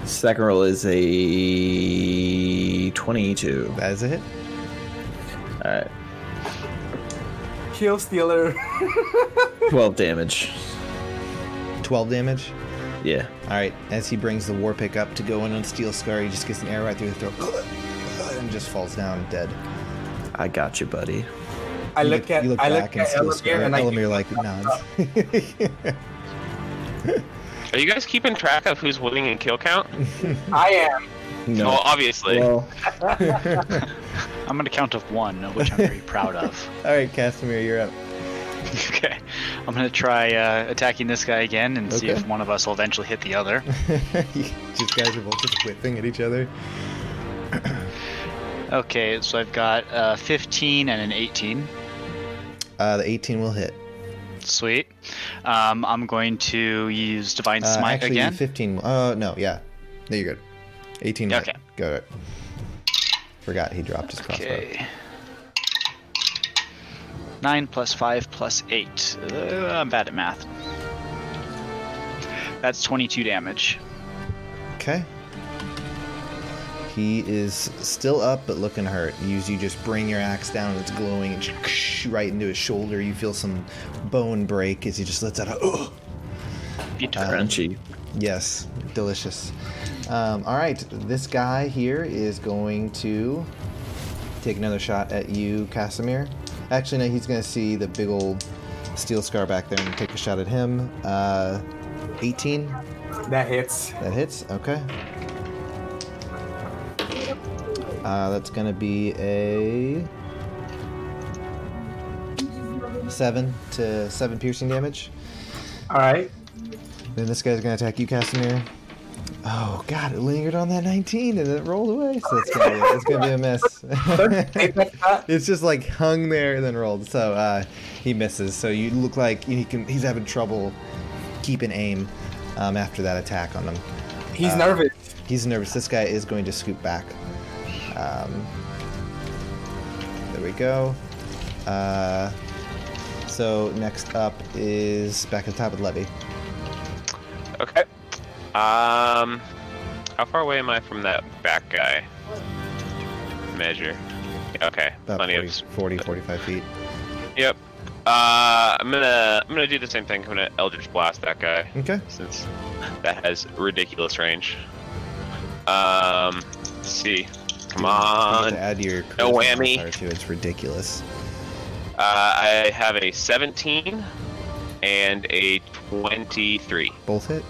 it. Second roll is a 22.
That is a hit.
All right,
kill stealer.
12 damage.
Twelve damage.
Yeah.
Alright, as he brings the war pick up to go in on Steel Scar, he just gets an arrow right through the throat and just falls down dead.
I got you, buddy.
I
You
look at
you
I
back
look at
Steel Scar-
Elamir and I
Elamir like nods.
Are you guys keeping track of who's winning in kill count?
I am.
No.
Well, obviously.
Well,
I'm going to count of one, which I'm very proud of.
All right, Casimir, you're up.
Okay. I'm going to try uh, attacking this guy again and see
Okay.
if one of us will eventually hit the other.
These guys are both just whipping at each other.
Okay, so I've got uh, 15 and an 18.
Uh, the 18 will hit.
Sweet. Um, I'm going to use Divine
Uh,
Smite
actually,
again.
15. Uh, no, yeah. No, you're good. 18. will hit.
Okay.
Go it. Forgot he dropped his crossbow.
Okay. 9 plus 5 plus 8. Uh, I'm bad at math. That's 22 damage.
Okay. He is still up but looking hurt. You, you just bring your axe down and it's glowing and right into his shoulder. You feel some bone break as he just lets out a. Ugh.
Pizza
Um,
Crunchy.
Yes, delicious. Um, all right, this guy here is going to take another shot at you, Casimir. Actually, no, he's going to see the big old steel scar back there and take a shot at him. Uh, 18,
That hits.
that hits. Okay. Uh, that's going to be a seven to seven piercing damage.
All right.
Then this guy's gonna attack you, Casimir. Oh god, it lingered on that 19 and it rolled away. So it's gonna be, it's gonna be a miss.
Take that shot.
it's just like hung there and then rolled. So uh, he misses. So you look like he can. He's having trouble keeping aim um, after that attack on him.
He's
Uh,
nervous.
He's nervous. This guy is going to scoop back. Um, there we go. Uh, so next up is back at the top of Levy.
Okay. Um, how far away am I from that back guy? Measure. Okay,
About
plenty
40,
of.
40, 45 feet.
Yep. Uh, I'm gonna I'm gonna do the same thing. I'm gonna Eldritch Blast that guy
Okay.
since that has ridiculous range. Um, let's see. Come
You get to
on. Uh,
add your
No
charisma
whammy.
modifier to it. It's ridiculous.
I have a 17 and a 23.
Both hit.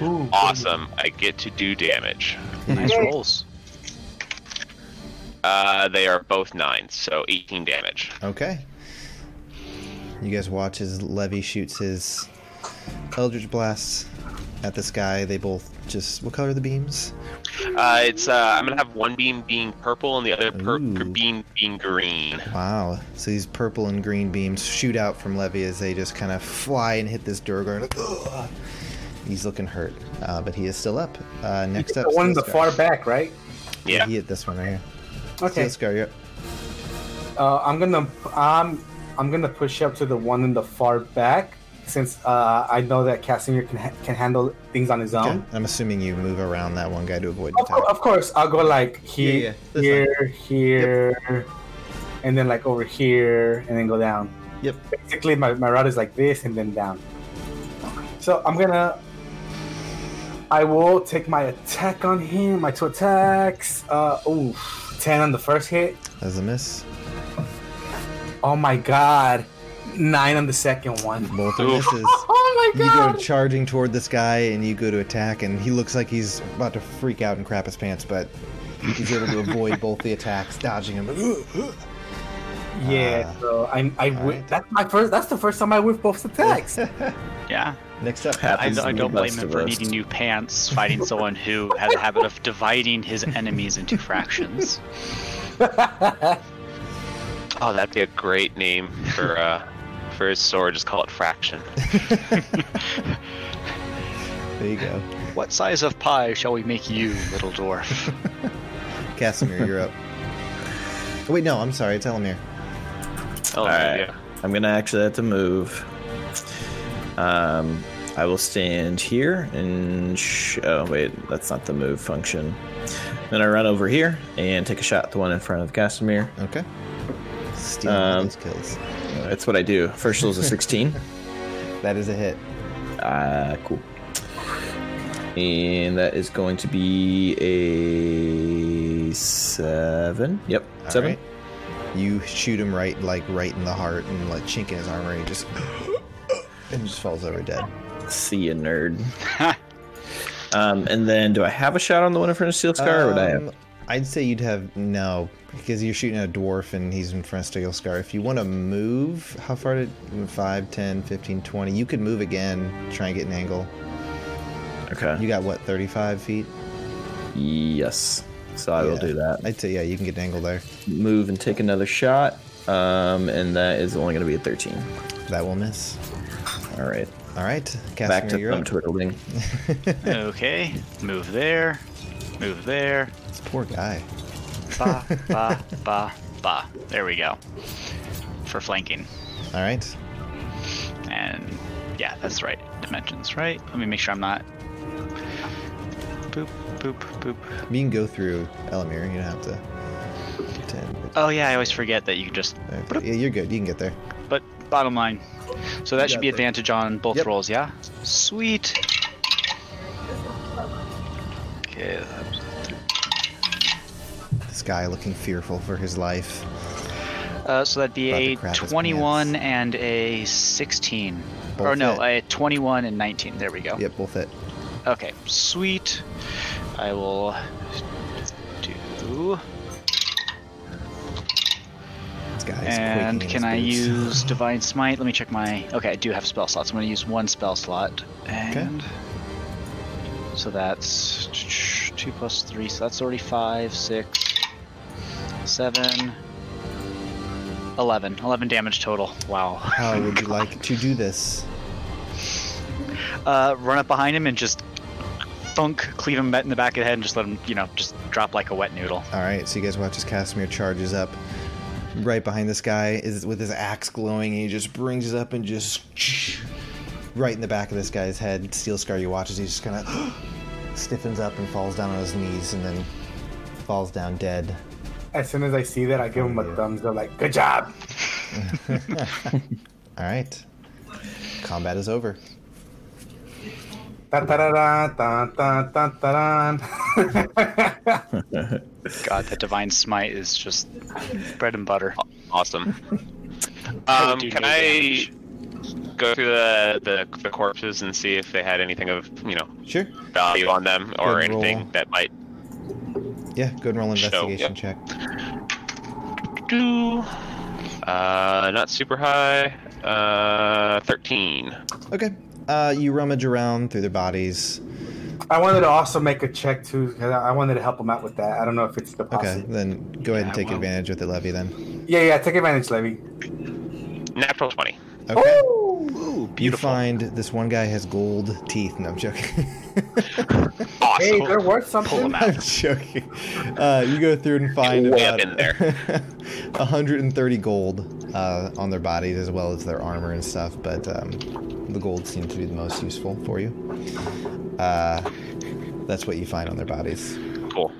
Ooh.
Awesome. I get to do damage.
Nice rolls.
Uh, they are both nines, so 18 damage.
Okay. You guys watch as Levy shoots his Eldritch Blast at the sky. They both just. What color are the beams?
Uh, it's uh, I'm gonna have one beam being purple and the other per-
Ooh.
beam being green.
Wow. So these purple and green beams shoot out from Levy as they just kind of fly and hit this Durgar. Ugh. He's looking hurt, uh, but he is still up. Uh, next up,
The one in the
Steelscar.
far back, right?
Yeah.
He hit this one right here.
Okay.
Steelscar, you're up.
Uh, I'm gonna I'm I'm gonna push up to the one in the far back since uh, I know that Casimir can ha- can handle things on his
Okay.
own.
I'm assuming you move around that one guy to avoid the
Of, cour-
attack.
of course, I'll go like
yeah,
here,
that's
here, here, and then like over here, and then go down.
Yep.
Basically, my, my route is like this and then down. So I'm gonna. I will take my attack on him. My two attacks. Uh, ooh, ten on the first hit.
That's a miss.
Oh my god, nine on the second one.
Both are
Oof.
misses.
Oh my
You go
god!
charging toward this guy and you go to attack, and he looks like he's about to freak out and crap his pants, but he's able to avoid both the attacks, dodging him.
yeah,
Ah.
so I, I wi-
Alright.
that's my first. That's the first time I whiff both attacks.
Yeah.
Next up,
I,
Happens
don't- I
to the
don't blame
best
him
of
for
us.
needing new pants, fighting someone who has a habit of dividing his enemies into fractions.
Oh, that'd be a great name for uh, for his sword. Just call it Fraction.
there you go.
What size of pie shall we make you, little dwarf?
Casimir, you're up. Oh, wait, no, I'm sorry, it's Elamir.
Oh,
Alright.
yeah.
I'm gonna actually have to move. Um, I will stand here and sh- oh wait, that's not the move function. Then I run over here and take a shot at the one in front of Casimir.
Okay. Stealing all
Um,
those kills.
That's what I do. First roll is a 16.
That is a hit.
Ah, cool. And that is going to be a seven. Yep,
All
seven.
right. You shoot him right, like right in the heart, and like chink in his armor, and he just and just falls over dead.
See you, nerd. um, and then do I have a shot on the one in front of Steel Scar, or would I have?
Um, I'd say you'd have no, because you're shooting at a dwarf and he's in front of Steel Scar. If you want to move, how far did 5, 10, 15, 20? You could move again, try and get an angle.
Okay.
You got what, 35 feet?
Yes. So I will
Yeah.
do that.
I'd say, yeah, you can get an angle there.
Move and take another shot. Um, and that is only going to be a 13.
That will miss.
All right.
All right,
Back
Casimir,
to
you're
thumb
up.
twiddling.
okay, move there, move there,
This poor guy.
ba, ba, ba, ba. There we go. For flanking.
All right.
And yeah, that's right. Dimensions, right? Let me make sure I'm not. Boop, boop, boop.
You can go through Elamir. You don't have to. 10,
Oh, yeah, I always forget that you can just.
15. Yeah, you're good. You can get there.
But Bottom line. So that should
got
be
it.
advantage on both
Yep.
rolls, yeah? Sweet. Okay, that was
This guy looking fearful for his life.
Uh, so that'd be
About to
a
crap his
21 and a 16.
Both
or no,
hit.
a 21 and 19. There we go.
Yep, both hit.
Okay, sweet. I will do.
This guy is
and
quaking in
can I
his boots.
use Divine Smite? Let me check my. Okay, I do have spell slots. I'm going to use one spell slot. And. So that's 2 plus 3. So that's already 5, 6, 7, 11. 11 damage total. Wow.
How would you like to do this?
uh, run up behind him and just thunk, cleave him in the back of the head, and just let him, you know, just drop like a wet noodle.
All right, so you guys watch as Casimir charges up right behind this guy is with his axe glowing, and he just brings it up and just right in the back of this guy's head. Steel Scar, you watch as he just kind of stiffens up and falls down on his knees, and then falls down dead.
As soon as I see that, I give him a thumbs up, like, good job.
All right, combat is over.
Da da da da da da da.
God, that divine smite is just bread and butter.
Awesome.
I
Um,
would do
can
no
I
damage.
go through the, the the corpses and see if they had anything of you know
Sure.
value on them or
Good roll.
anything that might
Yeah, go ahead and roll an
Show,
investigation
yep.
check.
do? Uh, not super high. Uh, thirteen.
Okay. Uh, you rummage around through their bodies.
I wanted to also make a check too, because I I wanted to help him out with that. I don't know if it's the
Okay,
possible.
then go ahead and take advantage with the levy then.
Yeah, yeah, take advantage, Levy.
Natural twenty.
Okay.
Ooh,
You
beautiful.
find this one guy has gold teeth. No, I'm joking.
Awesome.
Hey, they're worth something.
I'm joking. Uh, you go through and find
Way
about
up in there.
130 gold uh, on their bodies as well as their armor and stuff, but um, the gold seemed to be the most useful for you. Uh, that's what you find on their bodies,
cool.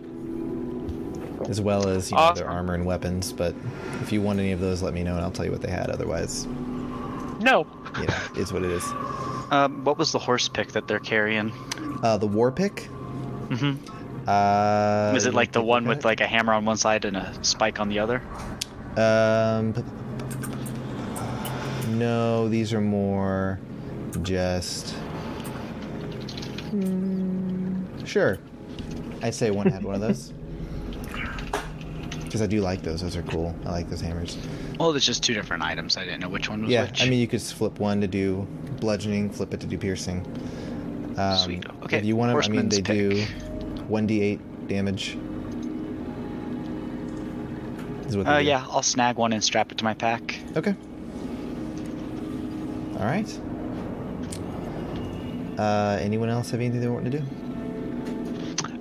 as well as you know,
Awesome.
their armor and weapons. But if you want any of those, let me know and I'll tell you what they had. Otherwise,
No.
you know, it's what it is.
Um, what was the horse pick that they're carrying?
Uh, the war pick.
hmm
Uh,
Is it like the
take a
one
look
with
at
like a hammer on one side and a spike on the other?
it. Um, p- no, these are more just. Hmm, Sure, I'd say one had one of those. Because I do like those; those are cool. I like those hammers.
Well, there's just two different items. I didn't know which one was
Yeah,
which.
I mean, you could flip one to do bludgeoning, flip it to do piercing. Um,
Sweet. Okay,
If you want them, I mean,
horseman's
they do
pick.
one d8 damage. Is what they
uh,
do.
yeah, I'll snag one and strap it to my pack.
Okay. All right. Uh, anyone else have anything they want to do?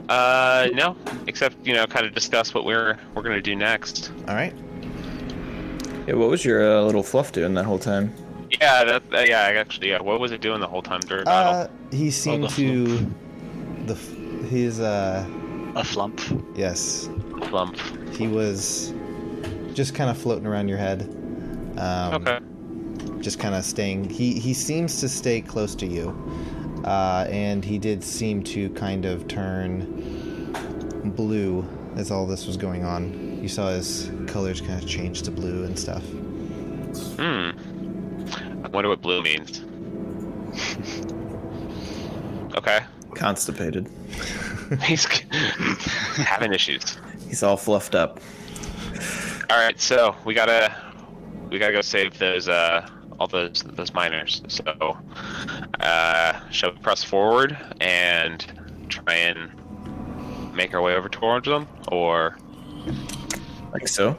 Uh, no. Except you know, kind of discuss what we're we're gonna do next.
All right.
Yeah, what was your uh, little fluff doing that whole time?
Yeah. That. that- yeah. Actually. Yeah. What was it doing the whole time during
Uh,
battle?
he seemed
the
to the f- his uh
A flump.
yes
Lump.
he was just kind of floating around your head. Um,
Okay.
just kind of staying. He he seems to stay close to you, uh, and he did seem to kind of turn blue as all this was going on. You saw his colors kind of change to blue and stuff.
Hmm. I wonder what blue means. Okay.
Constipated.
He's having issues.
He's all fluffed up.
All right, so we gotta we gotta go save those uh all those those miners. So uh, shall we press forward and try and make our way over towards them, or
Like so.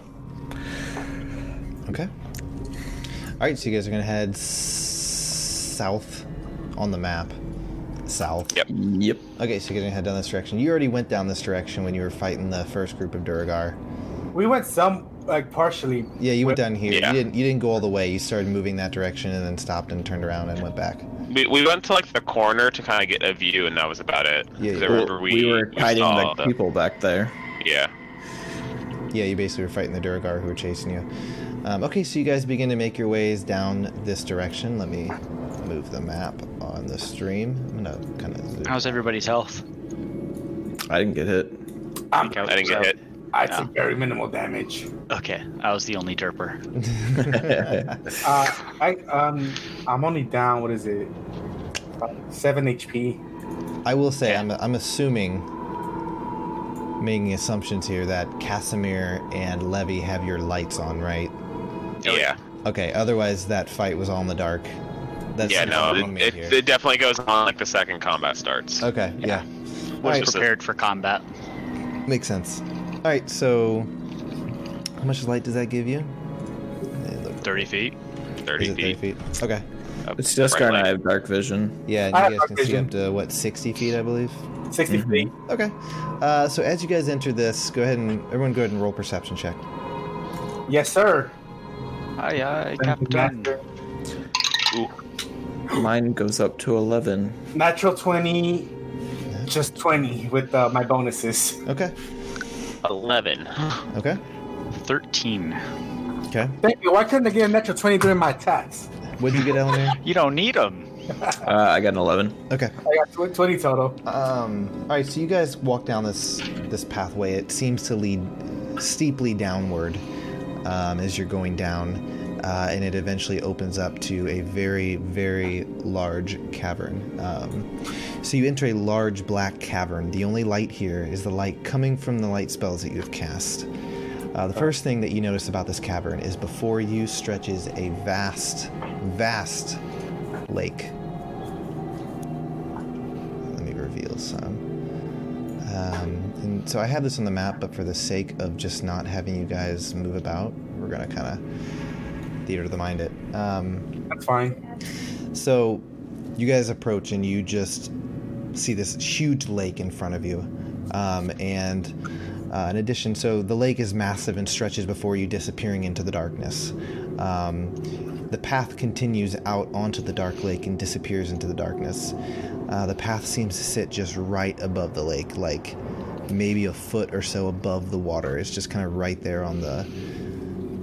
Okay. All right, so you guys are gonna head s- south on the map. South.
Yep.
Yep.
Okay, so you're gonna head down this direction. You already went down this direction when you were fighting the first group of Duragar.
We went some, like, partially.
Yeah, you went
Wait,
down here.
Yeah.
You didn't. You didn't go all the way. You started moving that direction and then stopped and turned around and went back.
we, we went to like the corner to kind of get a view, and that was about it.
Yeah,
'Cause I
yeah.
remember we,
were hiding
saw
the people back there.
Yeah,
yeah, you basically were fighting the Durgar who were chasing you. Um, okay, so you guys begin to make your ways down this direction. Let me move the map on the stream. I'm gonna kind of. zoom.
How's everybody's health?
I didn't get hit.
I'm,
Think I
I didn't get
was
hit.
I took very minimal damage.
out. Okay, I was the only derper.
Uh, I um, I'm only down. What is it? Uh, Seven HP.
I will say, I'm, I'm assuming, making assumptions here, that Casimir and Levy have your lights on, right?
yeah.
Okay, otherwise that fight was all in the dark. That's
Yeah, no,
wrong
it,
here.
it, it definitely goes on like the second combat starts.
okay, yeah.
Was
Alright.
prepared for combat.
Makes sense. All right, so how much light does that give you? Eh, look,
Thirty feet.
30
is it
feet.
feet? Okay.
of
It's just
bright
and I
light.
have dark vision.
Yeah, and
I
you
have
guys can see
vision.
up to what 60 feet, I believe.
60 feet.
Okay. Uh, so as you guys enter this, go ahead and everyone go ahead and roll perception check.
Yes, sir.
Aye, aye,
Thank you,
Captain.
Master.
Mine goes up to eleven.
Natural 20, just 20 with uh, my bonuses.
Okay.
11.
Okay.
13.
Okay.
Thank you. Why couldn't I get a natural 20 during my attacks?
What'd you get, Eleanor?
You don't need them.
Uh, I got an eleven.
Okay.
I got tw- 20 total.
Um, all right, so you guys walk down this this pathway. It seems to lead steeply downward um, as you're going down, uh, and it eventually opens up to a very, very large cavern. Um, so you enter a large black cavern. The only light here is the light coming from the light spells that you have cast. Uh, the first thing that you notice about this cavern is before you stretches a vast, vast lake let me reveal some. Um, and so I had this on the map, but for the sake of just not having you guys move about, we're gonna kind of theater of the mind it. Um,
That's fine.
so you guys approach, and you just see this huge lake in front of you. Um, and uh, in addition, so the lake is massive and stretches before you, disappearing into the darkness. Um, the path continues out onto the dark lake and disappears into the darkness. Uh, the path seems to sit just right above the lake, like maybe a foot or so above the water. It's just kind of right there on the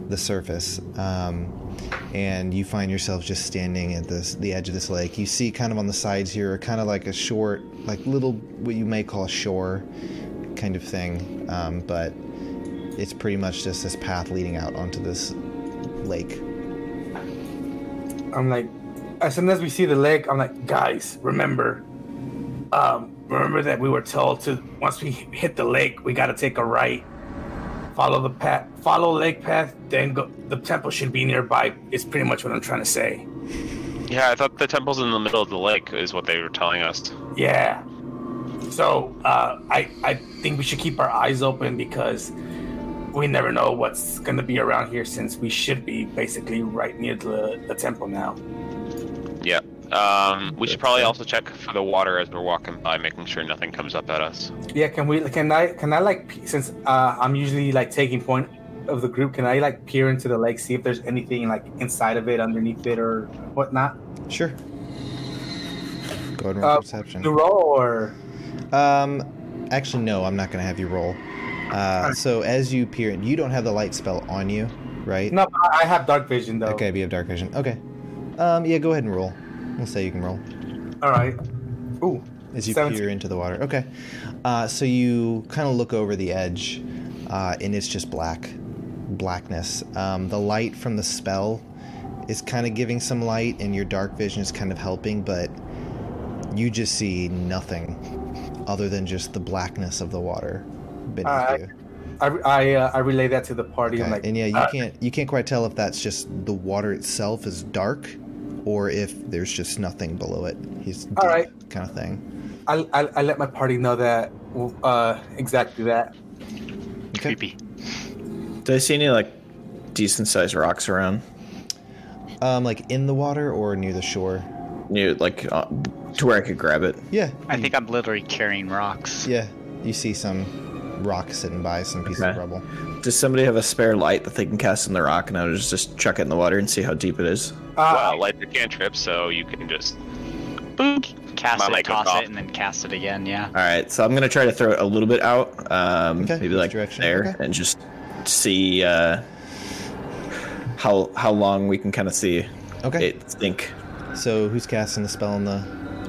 the surface, um, and you find yourself just standing at this the edge of this lake. You see, kind of on the sides here, kind of like a short, like little what you may call a shore kind of thing, um, but it's pretty much just this path leading out onto this lake.
I'm like, as soon as we see the lake, I'm like, guys, remember, um, remember that we were told to once we hit the lake, we gotta take a right, follow the path, follow lake path, then go. The temple should be nearby. Is pretty much what I'm trying to say.
Yeah, I thought the temple's in the middle of the lake is what they were telling us.
Yeah. So uh, I I think we should keep our eyes open because we never know what's gonna be around here since we should be basically right near the, the temple now.
Yeah. Um, we should probably also check for the water as we're walking by, making sure nothing comes up at us.
Yeah, can we? Can I? Can I like? pe- Since uh, I'm usually like taking point of the group, can I like peer into the lake, see if there's anything like inside of it, underneath it, or whatnot?
Sure. Go ahead and roll
Uh,
perception.
The roll, or
Um, actually, no, I'm not going to have you roll. Uh, so as you peer, you don't have the light spell on you, right?
no? I- I have dark vision though.
Okay, but you have dark vision. Okay. Um, yeah, go ahead and roll. We'll say you can roll.
All right. Ooh.
As you
17.
peer into the water. Okay. Uh, so you kind of look over the edge, uh, and it's just black. Blackness. Um, the light from the spell is kind of giving some light, and your dark vision is kind of helping, but you just see nothing other than just the blackness of the water beneath
Alright.
you.
Uh, I I, uh, I relay that to the party.
Okay,
I'm like,
and yeah, you
uh,
can't you can't quite tell if that's just the water itself is dark, or if there's just nothing below it. He's deep
Alright.
kind of thing.
I, I I let my party know that uh exactly that.
Okay.
Creepy.
Did I see any like decent sized rocks around
Um, like in the water or near the shore.
near like uh, to where I could grab it?
Yeah,
I think I'm literally carrying rocks.
yeah. You see some rock sitting by some piece of
Okay.
rubble.
Does somebody have a spare light that they can cast on the rock and I'll just, just chuck it in the water and see how deep it is?
Ah.
Uh,
well, light the cantrip, so you can just.
Cast
My
it,
mic goes
toss
off.
it, and then cast it again. Yeah.
All right, so I'm gonna try to throw it a little bit out, um,
Okay,
maybe
which
like
direction?
there,
Okay.
and just see uh, how how long we can kind of see
Okay.
it sink.
So who's casting the spell on the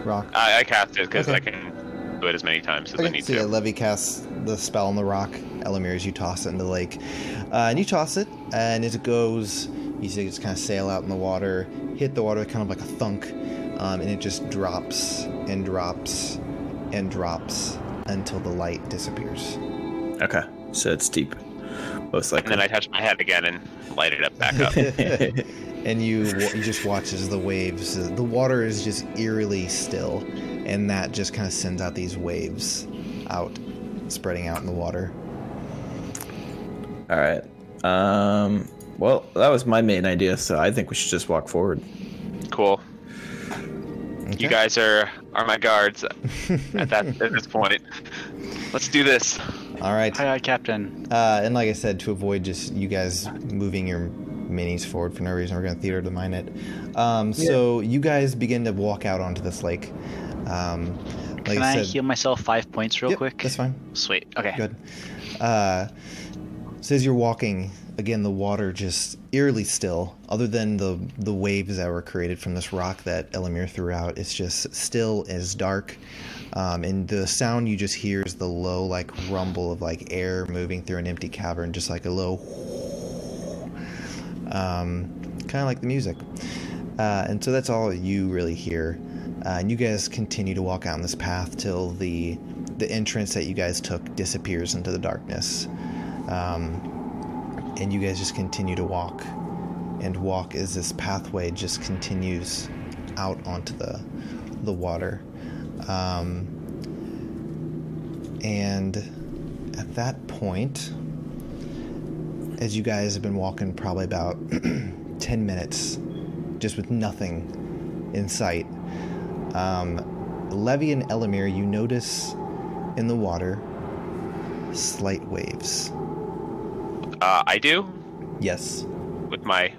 rock?
I, I cast it because
Okay.
I can do it as many times as I
Okay,
need
so yeah,
to.
Levy casts the spell on the rock. Elamir, as you toss it into the lake, uh, and you toss it, and it goes. You see it just kind of sail out in the water, hit the water kind of like a thunk, um, and it just drops and drops and drops until the light disappears.
Okay, so it's deep, most
And
likely.
then I touch my head again and light it up back up.
and you you just watch as the waves. The water is just eerily still, and that just kind of sends out these waves out, spreading out in the water.
All right. Um, well, that was my main idea, so I think we should just walk forward.
cool.
Okay.
You guys are are my guards at that at this point. Let's do this.
All right.
Aye, aye, Captain.
Uh, and like I said, to avoid just you guys moving your minis forward for no reason, we're going to theater to mine it. Um, So you guys begin to walk out onto this lake. Um, like
Can
I
I
said,
heal myself five points real
Yep,
quick?
That's fine.
Sweet. Okay.
Good. Uh, so as you're walking, again, the water just eerily still, other than the the waves that were created from this rock that Elamir threw out. It's just still as dark, um, and the sound you just hear is the low like rumble of like air moving through an empty cavern, just like a low, um, kind of like the music. Uh, and so that's all you really hear. Uh, and you guys continue to walk out on this path till the the entrance that you guys took disappears into the darkness. Um, and you guys just continue to walk and walk as this pathway just continues out onto the the water. Um, and at that point, as you guys have been walking probably about 10 minutes, just with nothing in sight, um, Levy and Elamir, you notice in the water slight waves.
Uh, I do
Yes.
with my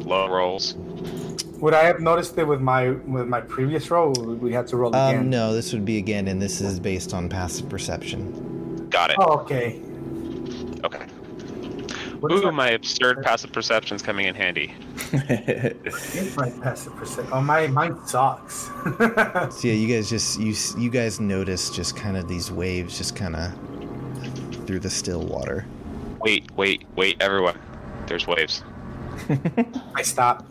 low rolls.
Would I have noticed it with my with my previous roll? Would We had to roll
Um,
again.
no, this would be again, and this is based on passive perception.
Got it.
Oh, okay.
Okay.
What is
Ooh,
that?
my absurd passive perception's coming in handy.
It's my passive percent. Oh, my mine sucks.
So yeah, you guys just you s- you guys notice just kind of these waves, just kind of through the still water.
Wait, wait, wait, everyone. There's waves.
I stop.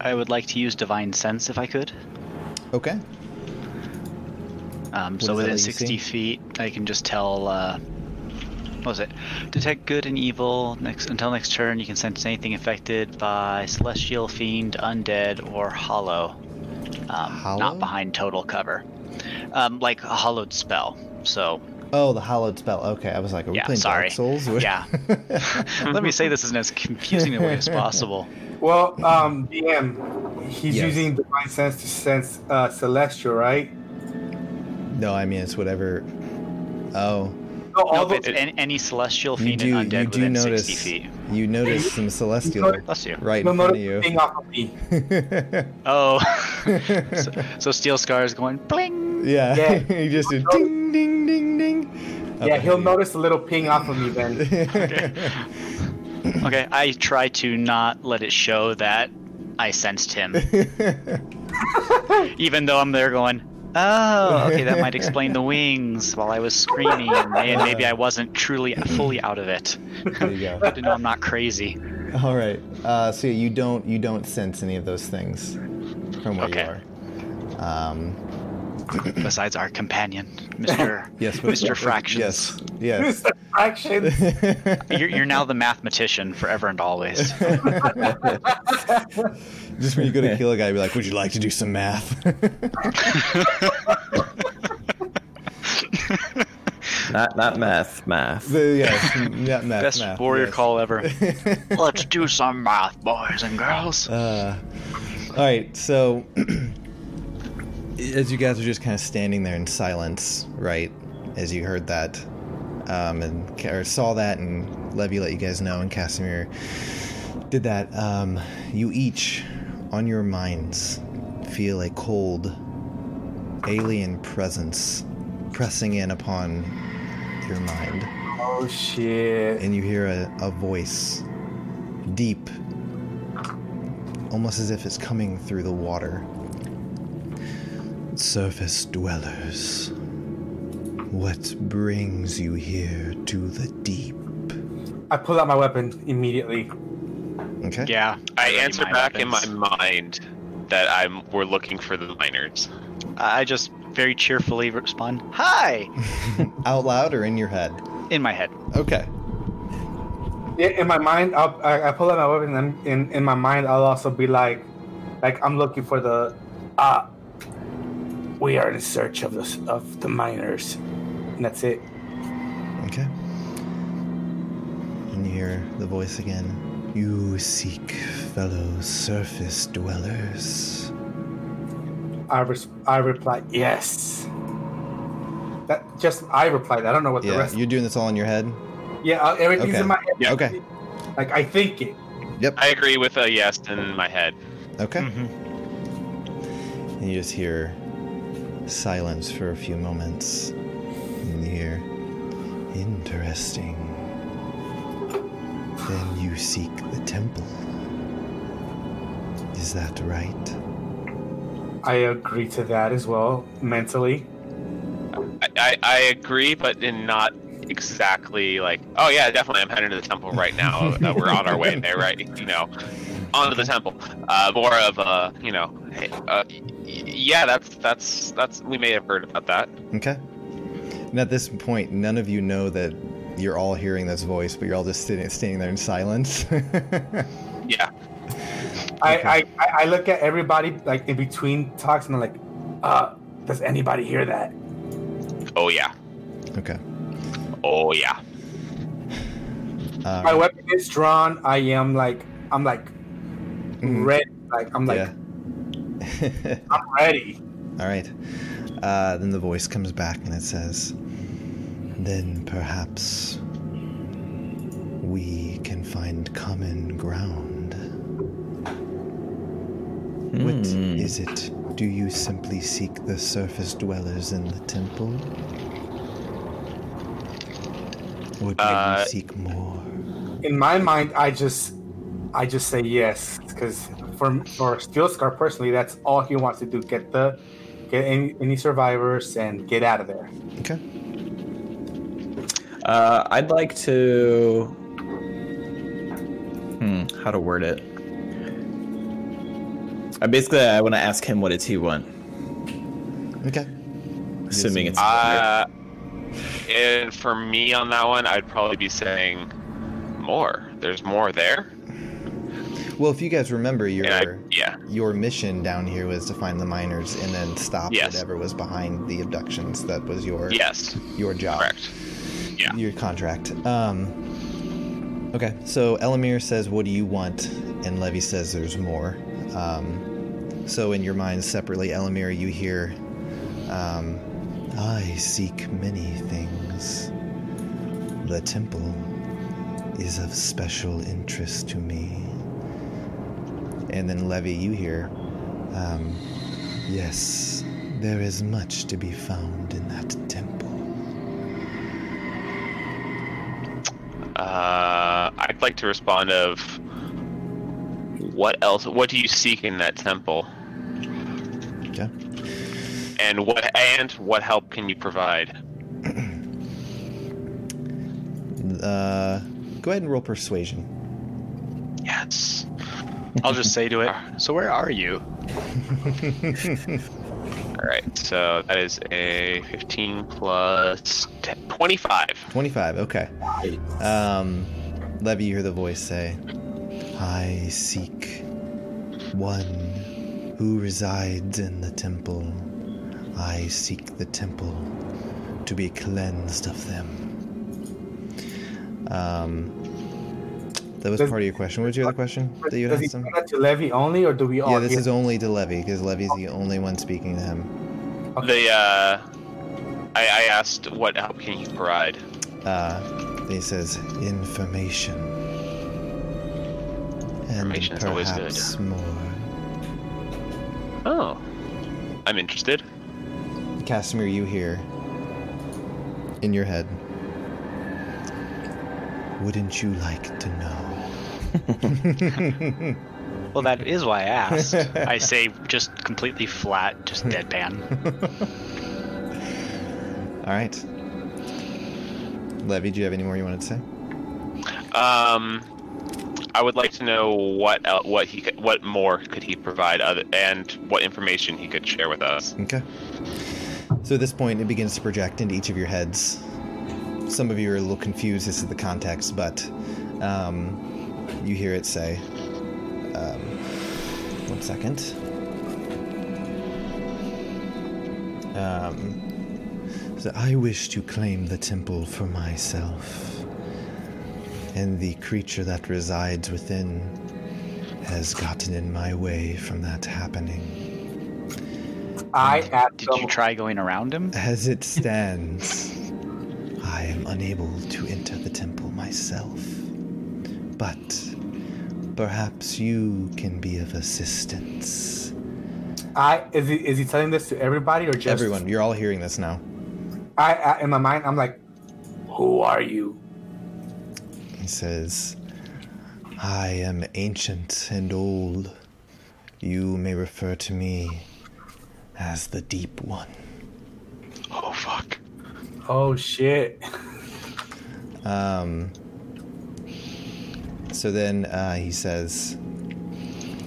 I would like to use divine sense if I could.
Okay.
Um,
does that
so within
let you
60
see?
feet, I can just tell. Uh, what was it? Detect good and evil. Next, until next turn, you can sense anything affected by celestial, fiend, undead, or hollow. Um,
Hollow?
Not behind total cover. Um, like a hollowed spell. So
Oh, the hollowed spell. Okay, I was like, are we
Yeah,
playing
sorry.
Dark Souls?
Yeah. let me say this in as confusing a way as possible.
Well, um, DM, he's
Yes.
using divine sense to sense uh, celestial, right?
no, I mean it's whatever. Oh,
No,
No,
all
if it's
the,
an- any, celestial,
you
fiend,
do
and undead
you do
within
notice
60 feet.
you notice some celestial
Bless you.
right
no
in front
notice
of
the
you.
thing off of me.
Oh. so, so Steel Scar is going bling.
Yeah.
Yeah.
you just do ding, ding, ding, ding.
Yeah,
Up
he'll
ahead
notice a little ping off of me then.
of you.
Okay, I try to not let it show that I sensed him. Even though I'm there going, oh, okay, that might explain the wings while I was screaming, and maybe I wasn't truly fully out of it.
there you go.
Good to know I'm not crazy.
All right. Uh, so you don't you don't sense any of those things from where
Okay.
you are. Um,
Besides our companion, Mr.
yes, but-
Mr. Fractions.
Yes, yes.
Action.
You're, you're now the mathematician forever and always.
Just when you go to kill a guy, be like, "Would you like to do some math?"
not not math, math.
The- yes, not math.
Best
math,
warrior
yes.
call ever. Let's do some math, boys and girls.
Uh, all right, so as you guys were just kind of standing there in silence, right, as you heard that um, and ca- or saw that, and Levy let you guys know, and Casimir did that, um, you each on your minds feel a cold alien presence pressing in upon your mind.
Oh shit!
and you hear a, a voice deep almost as if it's coming through the water surface dwellers what brings you here to the deep
I pull out my weapon immediately.
okay
Yeah.
I
already
answer
my
back
weapons.
in my mind that I'm we're looking for the miners.
I just very cheerfully respond, "Hi!"
out loud or in your head
in my head.
okay
In, in my mind, I'll, I, I pull out my weapon, and in, in my mind, I'll also be like, like I'm looking for the, ah, we are in search of the s- of the miners, and that's it.
okay and you hear the voice again you seek fellow surface dwellers
I res- I reply yes. That just I replied. I don't know what the
yeah
rest.
you're doing this all in your head
yeah, uh, everything's
Okay.
in my head.
Yeah.
Okay.
Like I think it.
yep
I agree with a yes in my head.
okay And you just hear silence for a few moments. And you hear, interesting. Then you seek the temple. Is that right?
I agree to that as well mentally.
I, I, I agree, but in not exactly like oh yeah, definitely I'm heading to the temple right now. Uh, We're on our way there, right? You know, onto the temple. Uh, more of a you know, hey, uh, y- y- yeah, that's that's that's we may have heard about that.
Okay. And at this point, none of you know that you're all hearing this voice, but you're all just sitting, standing there in silence.
Yeah,
I, I I I look at everybody like in between talks and I'm like, uh, does anybody hear that?
oh yeah,
okay.
oh yeah.
My
Um,
weapon is drawn. I am like I'm like
Mhm.
ready. Like I'm like
yeah.
I'm ready.
All right. Uh, then the voice comes back and it says, Then perhaps we can find common ground. What
Hmm.
is it? Do you simply seek the surface dwellers in the temple? Or do
Uh,
you seek more?
In my mind, I just I just say yes because for for Steel Scar personally, that's all he wants to do: get the get any, any survivors and get out of there.
Okay.
Uh, I'd like to. Hmm, how to word it? I basically I want to ask him what does he want,
Okay.
assuming it's.
Uh, and for me on that one, I'd probably be saying more. There's more there.
Well, if you guys remember, your
And I, yeah,
your mission down here was to find the miners and then stop
Yes.
whatever was behind the abductions. That was your
yes,
your job.
correct. Yeah.
your contract. Um, okay, so Elamir says, "What do you want?" and Levy says, "There's more." Um, so in your mind, separately, Elamir, you hear, um, "I seek many things. The temple is of special interest to me." And then Levy, you hear, um, "Yes, there is much to be found in that temple."
Uh, I'd like to respond of what else? What do you seek in that temple?
Okay.
And what and what help can you provide?
Uh, go ahead and roll persuasion.
Yes.
I'll just say to it, "So where are you?"
All right. So that is a 15 plus 10, 25.
25, okay. Um, Levy, you hear the voice say, I seek one who resides in the temple. I seek the temple to be cleansed of them. Um, that was
Does-
part of your question. What was your other question that you
Does
had?
he
Some?
tell that to Levy only, or do we all?
Yeah, this
hear-
is only to Levy because Levy's the only one speaking to him.
The uh, I, I asked what help can you provide?
Uh, he says, information. And
Information is always good.
perhaps more.
Oh, I'm interested.
Casimir, you hear in your head. Wouldn't you like to know?
Well, that is why I asked. I say just completely flat, just deadpan.
All right. Levy, do you have any more you wanted to say?
Um, I would like to know what el what he could, what more could he provide other and what information he could share with us.
Okay. So at this point, it begins to project into each of your heads. Some of you are a little confused. This is the context, but um, you hear it say. Um, one second. Um, so I wish to claim the temple for myself, and the creature that resides within has gotten in my way from that happening.
I asked
Did you
him-
try going around him?
As it stands, I am unable to enter the temple myself. But perhaps you can be of assistance.
I is he is he telling this to everybody or just
Everyone, you're all hearing this now.
I, I in my mind I'm like, who are you?
He says, I am ancient and old. You may refer to me as the Deep One.
Oh fuck!
Oh shit!
Um, so then uh, he says,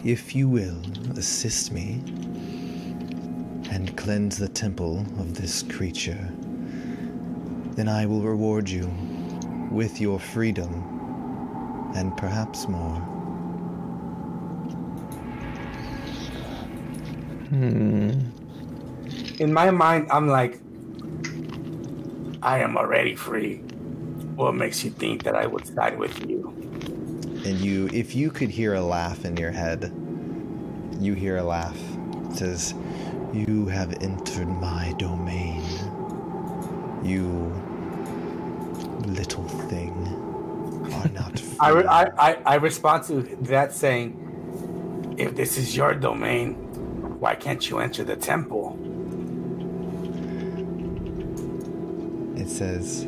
If you will assist me and cleanse the temple of this creature, then I will reward you with your freedom and perhaps more.
In my mind I'm like, I am already free. What makes you think that I would side with you?
And you, if you could hear a laugh in your head, you hear a laugh. It says, You have entered my domain. You little thing are not free.
I, re- I, I I respond to that saying, if this is your domain, why can't you enter the temple?
It says,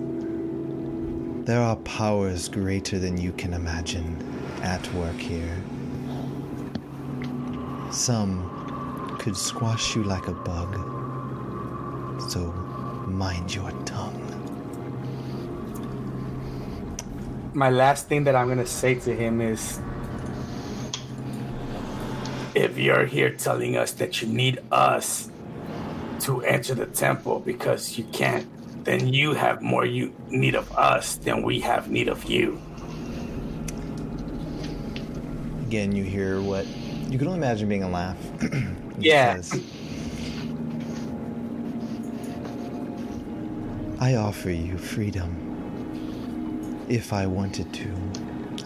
There are powers greater than you can imagine at work here. Some could squash you like a bug, so mind your tongue.
my last thing that I'm gonna say to him is if you're here telling us that you need us to enter the temple because you can't, then you have more you need of us than we have need of you.
Again, you hear what you can only imagine being a laugh. It
Yeah.
says, I offer you freedom. If I wanted to,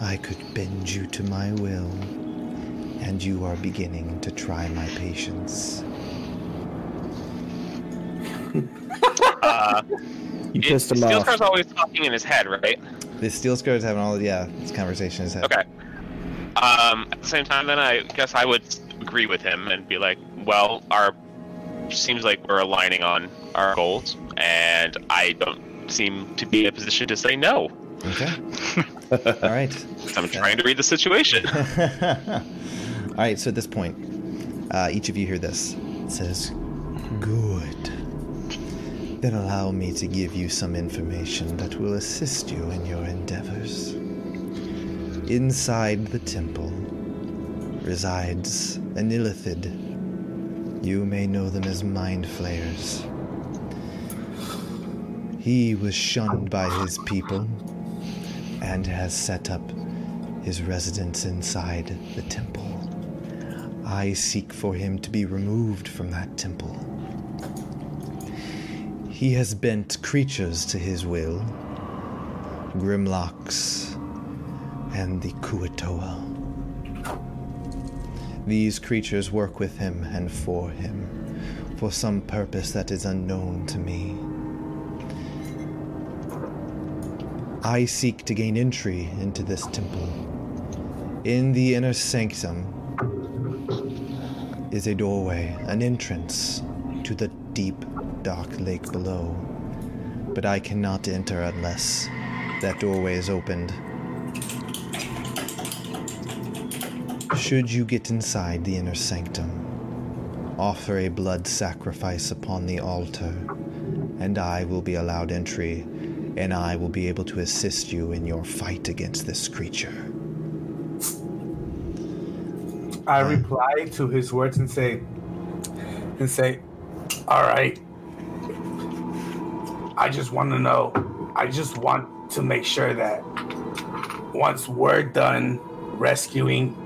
I could bend you to my will, and you are beginning to try my patience.
You
It-
pissed him off.
Steelcar's always talking in his head, right?
This steel scar is having all yeah, this conversation is happening.
Okay. Um, at the same time, then I guess I would agree with him and be like, well, our seems like we're aligning on our goals, and I don't seem to be in a position to say no.
Okay. Okay. all right.
I'm trying to read the situation.
All right, so at this point, uh, each of you hear this. It says, Good. Then allow me to give you some information that will assist you in your endeavors. Inside the temple resides an illithid. You may know them as mind flayers. He was shunned by his people and has set up his residence inside the temple. I seek for him to be removed from that temple. He has bent creatures to his will Grimlocks and the Kuatoa. These creatures work with him and for him for some purpose that is unknown to me. I seek to gain entry into this temple. In the inner sanctum is a doorway, an entrance to the deep, dark lake below. But I cannot enter unless that doorway is opened Should you get inside the inner sanctum, offer a blood sacrifice upon the altar, and I will be allowed entry, and I will be able to assist you in your fight against this creature.
I reply to his words and say, and say, all right. I just want to know. I just want to make sure that once we're done rescuing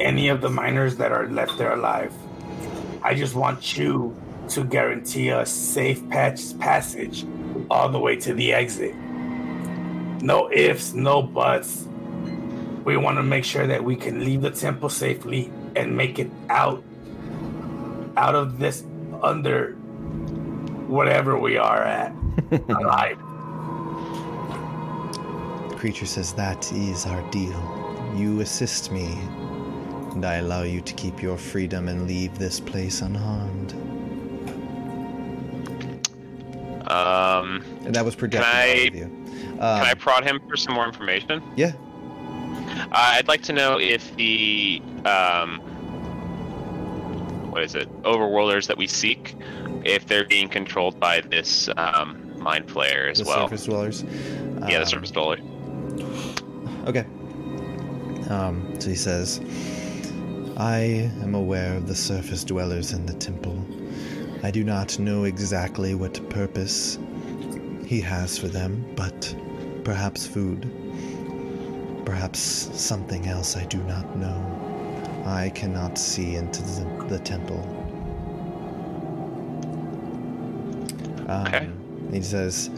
any of the miners that are left there alive, I just want you to guarantee us safe patch passage all the way to the exit. No ifs, no buts. We want to make sure that we can leave the temple safely and make it out out of this under whatever we are at alive.
The creature says, That is our deal. You assist me, and I allow you to keep your freedom and leave this place unharmed.
Um,
And that was projected
Can I-
out of you. Um,
can I prod him for some more information?
yeah,
Uh, I'd like to know if the um, what is it, overworlders that we seek, if they're being controlled by this um, mind player as
the
well.
surface dwellers.
Yeah, the
Um,
surface dweller.
Okay. Um, so he says, I am aware of the surface dwellers in the temple. I do not know exactly what purpose he has for them, but perhaps food. Perhaps something else I do not know. I cannot see into the, the temple. Um,
Okay.
He says,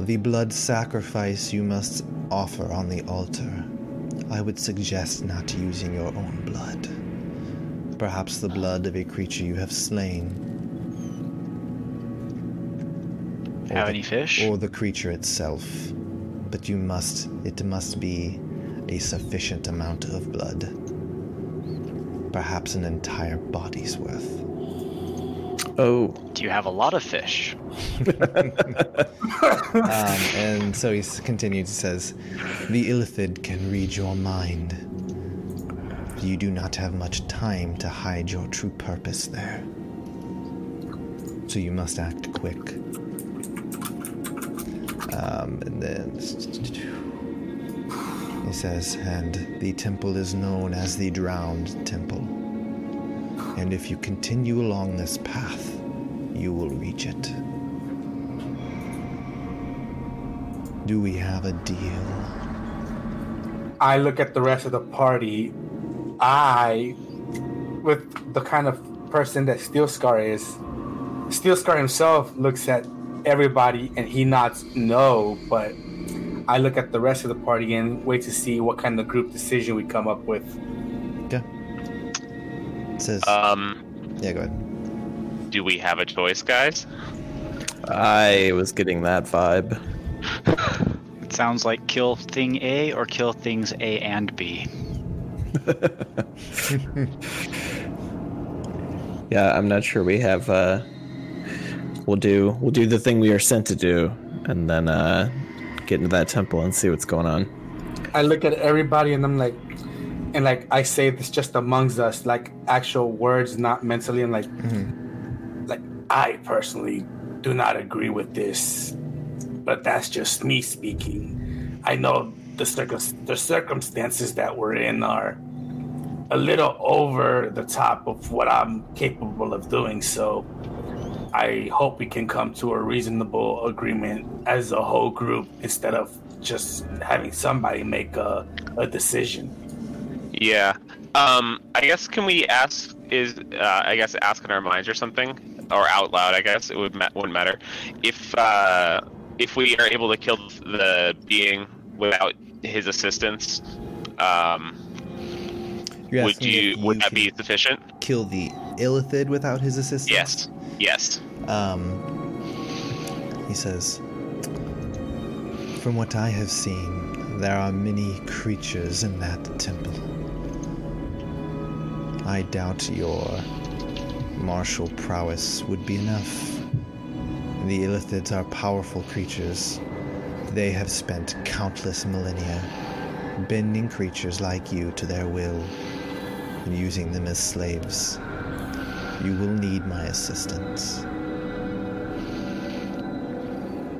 the blood sacrifice you must offer on the altar. I would suggest not using your own blood. Perhaps the blood of a creature you have slain,
Have any fish?
or the creature itself. But you must, it must be a sufficient amount of blood. Perhaps an entire body's worth.
Oh,
Do you have a lot of fish?
Um, and so he s- continues. He says, "The Illithid can read your mind. You do not have much time to hide your true purpose there, so you must act quick." Um, and then he says, "And the temple is known as the Drowned Temple. And if you continue along this path, you will reach it." Do we have a deal?
I look at the rest of the party. I, with the kind of person that Steel Scar is, Steel Scar himself looks at everybody and he nods no, but I look at the rest of the party and wait to see what kind of group decision we come up with.
Yeah. It says,
Um,
yeah, go ahead.
do we have a choice, guys?
I was getting that vibe.
It sounds like kill thing A or kill things A and B.
Yeah, I'm not sure we have. Uh, we'll do we'll do the thing we are sent to do, and then uh, get into that temple and see what's going on.
I look at everybody and I'm like, and like I say this just amongst us, like actual words, not mentally. I'm like, like I personally do not agree with this, but that's just me speaking. I know the circum- the circumstances that we're in are a little over the top of what I'm capable of doing. So I hope we can come to a reasonable agreement as a whole group instead of just having somebody make a, a decision.
Yeah. Um, I guess can we ask? Is uh, I guess ask in our minds or something, or out loud? I guess it would ma- wouldn't matter if uh, if we are able to kill the being without his assistance. Um,
You're
would
asking
you
if
would that be
could
sufficient?
kill the Illithid without his assistance?
Yes. Yes.
Um, he says, From what I have seen, there are many creatures in that temple. I doubt your martial prowess would be enough. The Illithids are powerful creatures. They have spent countless millennia bending creatures like you to their will and using them as slaves. You will need my assistance.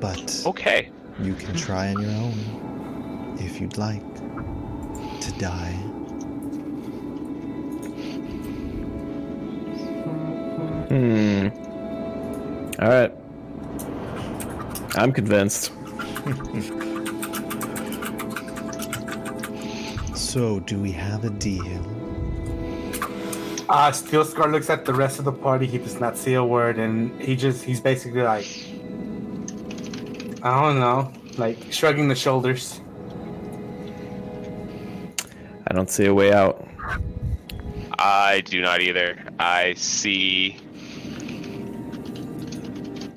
But
Okay.
you can try on your own if you'd like to die.
Hmm. All right. I'm convinced.
So, do we have a deal?
Uh, Steel Scar looks at the rest of the party. He does not see a word, and he just—he's basically like, I don't know, like shrugging the shoulders.
I don't see a way out.
I do not either. I see.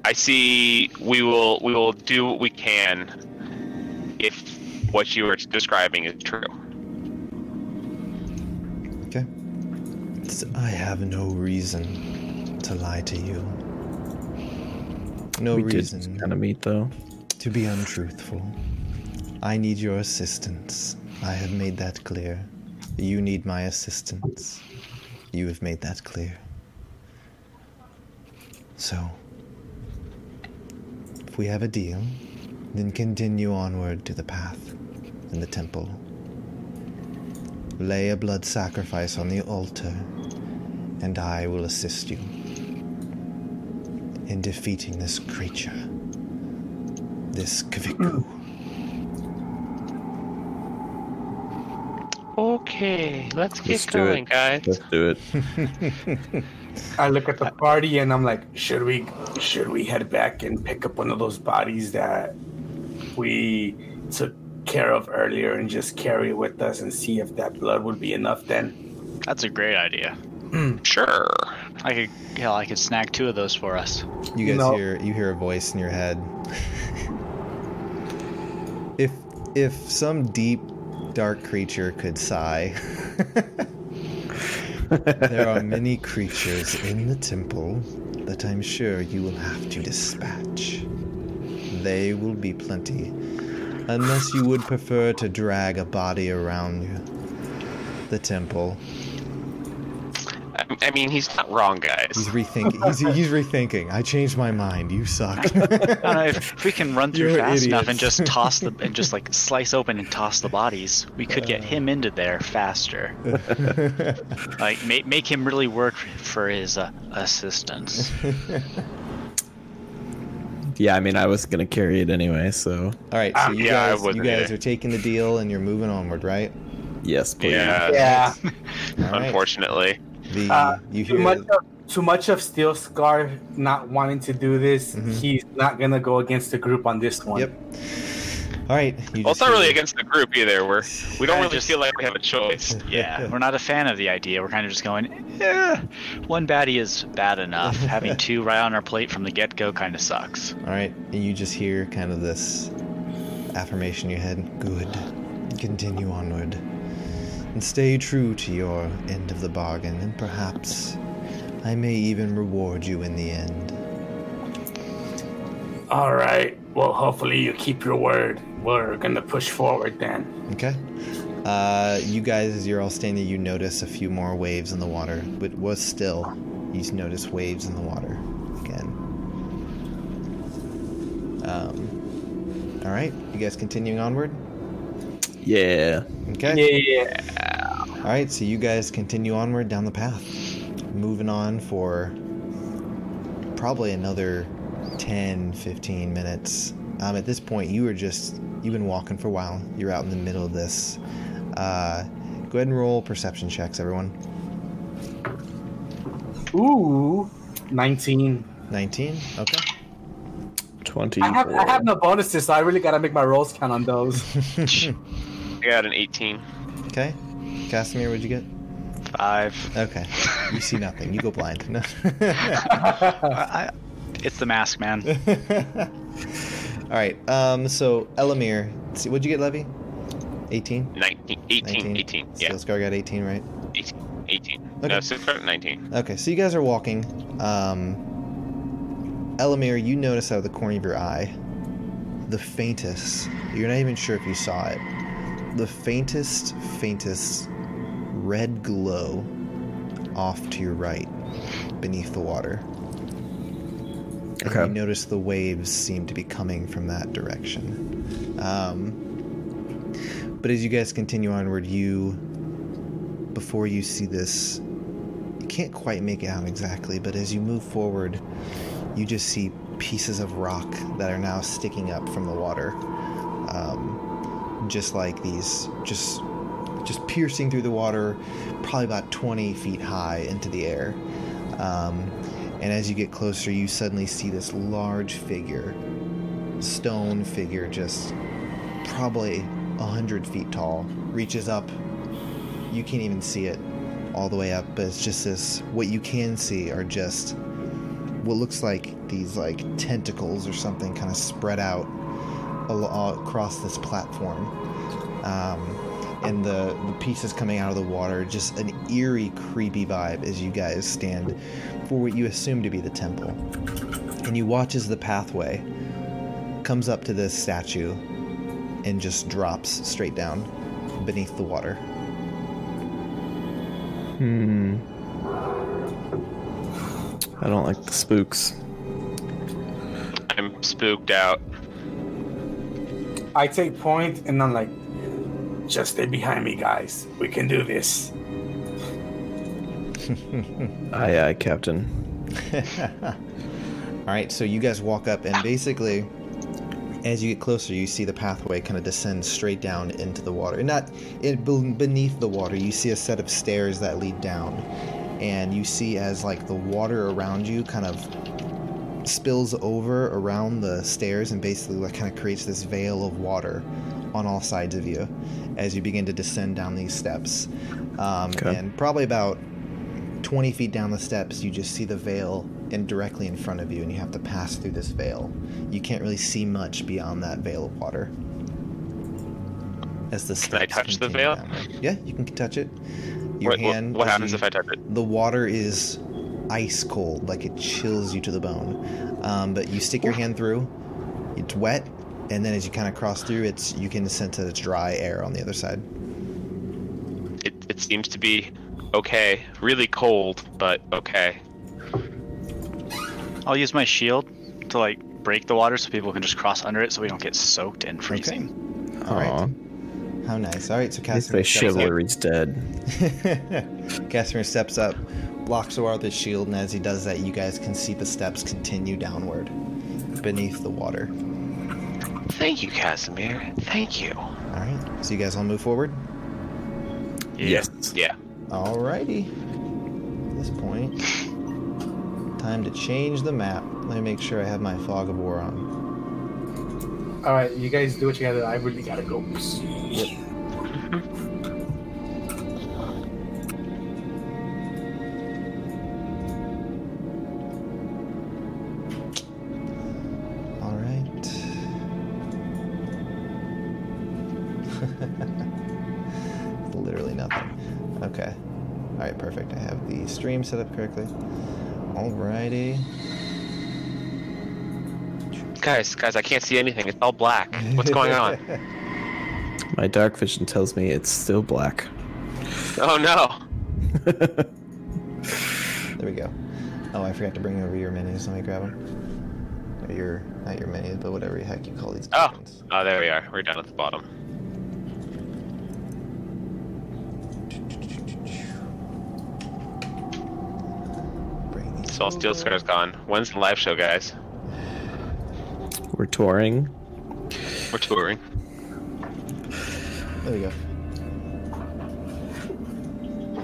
I see. We will. We will do what we can. If what you were describing is true.
Okay. It's- I have no reason to lie to you. No
we
reason
did kind of meet though.
to be untruthful. I need your assistance. I have made that clear. You need my assistance. You have made that clear. So, if we have a deal, then continue onward to the path and the temple. Lay a blood sacrifice on the altar, and I will assist you in defeating this creature this Kviku.
Okay, let's get
Let's do it. Let's do it.
I look at the party, and I'm like, should we, should we head back and pick up one of those bodies that we took care of earlier and just carry it with us and see if that blood would be enough? Then
That's a great idea.
Sure.
I could, hell, I could snag two of those for us.
You guys
No.
hear you hear a voice in your head. if if some deep dark creature could sigh. there are many creatures in the temple that I'm sure you will have to dispatch. They will be plenty. Unless you would prefer to drag a body around you. The temple.
I, I mean, he's not wrong,
He's
guys.
rethinking. He's, he's rethinking. I changed my mind. You suck.
I don't know, if, if we can run through
You're
fast enough and
idiots.
just toss the and just like slice open and toss the bodies, we could get him into there faster. like make make him really work for his uh, assistance.
Yeah, I mean, I was gonna carry it anyway, so
All right, so
Um,
you
yeah, I
guys, you
wasn't
guys
either.
are taking the deal and you're moving onward, right?
yes, please.
Yeah.
yeah.
All right.
Unfortunately.
The,
Uh,
you
too
hear
much of too much of Steel Scar not wanting to do this. He's not gonna go against the group on this one.
Mm-hmm. Yep. All right. You
Well,
just
it's not really
hear-
against the group either. We're we don't
I
really
just-
feel like we have a choice.
Yeah, we're not a fan of the idea. We're kind of just going, yeah, one baddie is bad enough. Having two right on our plate from the get go kind of sucks.
All right, and you just hear kind of this affirmation in your head. Good. Continue onward, and stay true to your end of the bargain, and perhaps I may even reward you in the end.
All right. Well, hopefully you keep your word. We're gonna push forward then.
Okay. Uh, you guys, as you're all standing, you notice a few more waves in the water. It was still. You just notice waves in the water again. Um, all right. You guys continuing onward?
Yeah.
Okay.
Yeah.
All right. So you guys continue onward down the path. Moving on for probably another 10, 15 minutes. Um, at this point, you were just, you've been walking for a while. You're out in the middle of this. Uh, go ahead and roll perception checks, everyone.
Ooh. Nineteen.
19. Okay.
Twenty.
I have I have no bonuses, so I really gotta make my rolls count on those.
I got an 18.
Okay. Casimir, what'd you get?
Five.
Okay. You see nothing. You go blind. No.
I, I, it's the mask, man.
All right. Um, so, Elamir, see, what'd you get, Levy? 18?
19, 18, 18. Yeah,
Steel Scar got 18, right?
18. 18.
Okay.
No, six, 19.
Okay, so you guys are walking. Um, Elamir, you notice out of the corner of your eye the faintest, you're not even sure if you saw it, the faintest, faintest red glow off to your right beneath the water. And
Okay.
you notice the waves seem to be coming from that direction. Um, but as you guys continue onward, you, before you see this, you can't quite make it out exactly, but as you move forward, you just see pieces of rock that are now sticking up from the water. Um, just like these, just just piercing through the water, probably about 20 feet high into the air. Um, and as you get closer, you suddenly see this large figure, stone figure, just probably 100 feet tall, reaches up. You can't even see it all the way up, but it's just this. What you can see are just what looks like these like tentacles or something kind of spread out al- all across this platform. Um, and the, the pieces coming out of the water, just an eerie, creepy vibe as you guys stand for what you assume to be the temple. And you watch as the pathway comes up to this statue and just drops straight down beneath the water.
Hmm. I don't like the spooks.
I'm spooked out.
I take point and I'm like, just stay behind me, guys. We can do this.
Aye, aye, Captain.
All right, so you guys walk up, and basically, as you get closer, you see the pathway kind of descend straight down into the water. Not it, be- beneath the water, you see a set of stairs that lead down, and you see as like the water around you kind of spills over around the stairs, and basically like kind of creates this veil of water on all sides of you as you begin to descend down these steps. Um,
Okay.
And probably about 20 feet down the steps, you just see the veil and directly in front of you, and you have to pass through this veil. You can't really see much beyond that veil of water. As the
I
steps
touch the
continue
veil?
down. Yeah, you can touch it. Your
What, what,
hand.
what
as
happens
you-
if I touch it?
The water is ice cold, like it chills you to the bone. Um, but you stick your hand through, it's wet, and then as you kind of cross through, it's you can sense that it's dry air on the other side.
It, it seems to be okay. Really cold, but okay.
I'll use my shield to like break the water so people can just cross under it so we don't get soaked and freezing.
All right.
Aw.
How nice. All right, so
At least
Casimir
my
steps up.
chivalry's dead.
Casimir steps up, blocks the water with his shield, and as he does that, you guys can see the steps continue downward beneath the water.
Thank you, Casimir. Thank you.
All right, so you guys all move forward.
Yes.
Yeah.
Alrighty. At this point, time to change the map. Let me make sure I have my fog of war on.
All right, you guys do what you gotta do. I really gotta go.
All right. Literally nothing. Okay. All right, perfect. I have the stream set up correctly. Alrighty.
Guys, guys, I can't see anything. It's all black. What's going on?
My dark vision tells me it's still black.
oh no.
There we go. Oh, I forgot to bring over your menus. Let me grab them. Or your, not your menus, but whatever the heck you call these.
Oh.
things.
Oh, there we are. We're down at the bottom.
Bring these.
Soul Steel Scar's gone. When's the live show, guys?
We're touring.
We're touring.
There we go.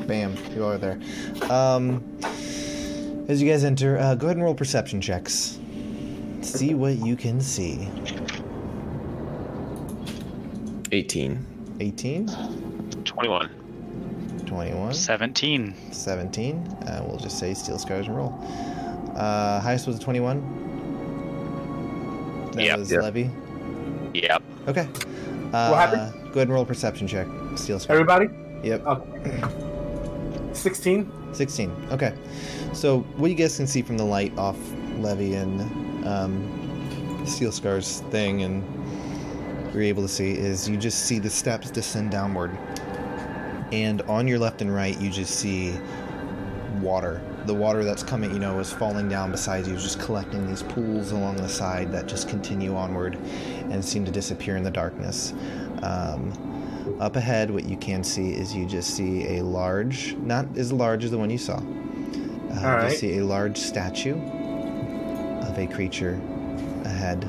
Bam, you are there. Um, as you guys enter, uh, go ahead and roll perception checks. See what you can see.
18.
18,
21.
21,
17.
17. Uh, we'll just say steal scars and roll. Uh, highest was a 21. That
Yep.
was
Yep.
Levy.
Yep.
Okay. Uh,
happened?
Go ahead and roll perception check. Steal scar.
Everybody?
Yep.
Okay. 16?
16. Okay. So, what you guys can see from the light off Levy and um, Steel Scar's thing and you're able to see is you just see the steps descend downward. And on your left and right, you just see water. The water that's coming, you know, is falling down beside you, is just collecting these pools along the side that just continue onward and seem to disappear in the darkness. Um, up ahead, what you can see is you just see a large, not as large as the one you saw. Uh,
All
You
right.
see a large statue of a creature ahead.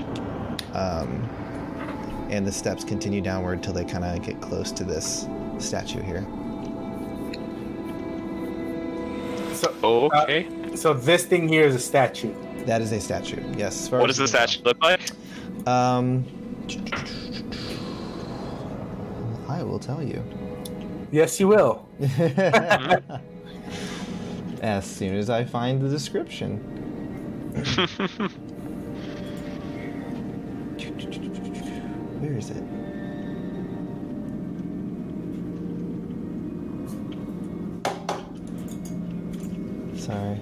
Um, and the steps continue downward till they kind of get close to this statue here.
So,
Oh,
uh,
Okay.
Uh,
so this thing here is a statue.
That is a statue. Yes. as far
what
as
does
you
the
know.
statue look like?
Um, I will tell you
Yes, you will.
as soon as I find the description. Where is it? Sorry,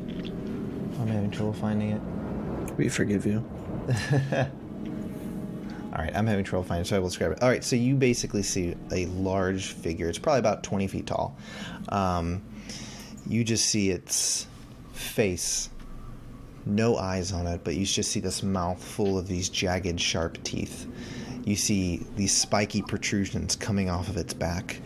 I'm having trouble finding it.
We forgive you.
All right, I'm having trouble finding, it, so I will describe it. All right, so you basically see a large figure. It's probably about 20 feet tall. Um, you just see its face, no eyes on it, but you just see this mouth full of these jagged, sharp teeth. You see these spiky protrusions coming off of its back.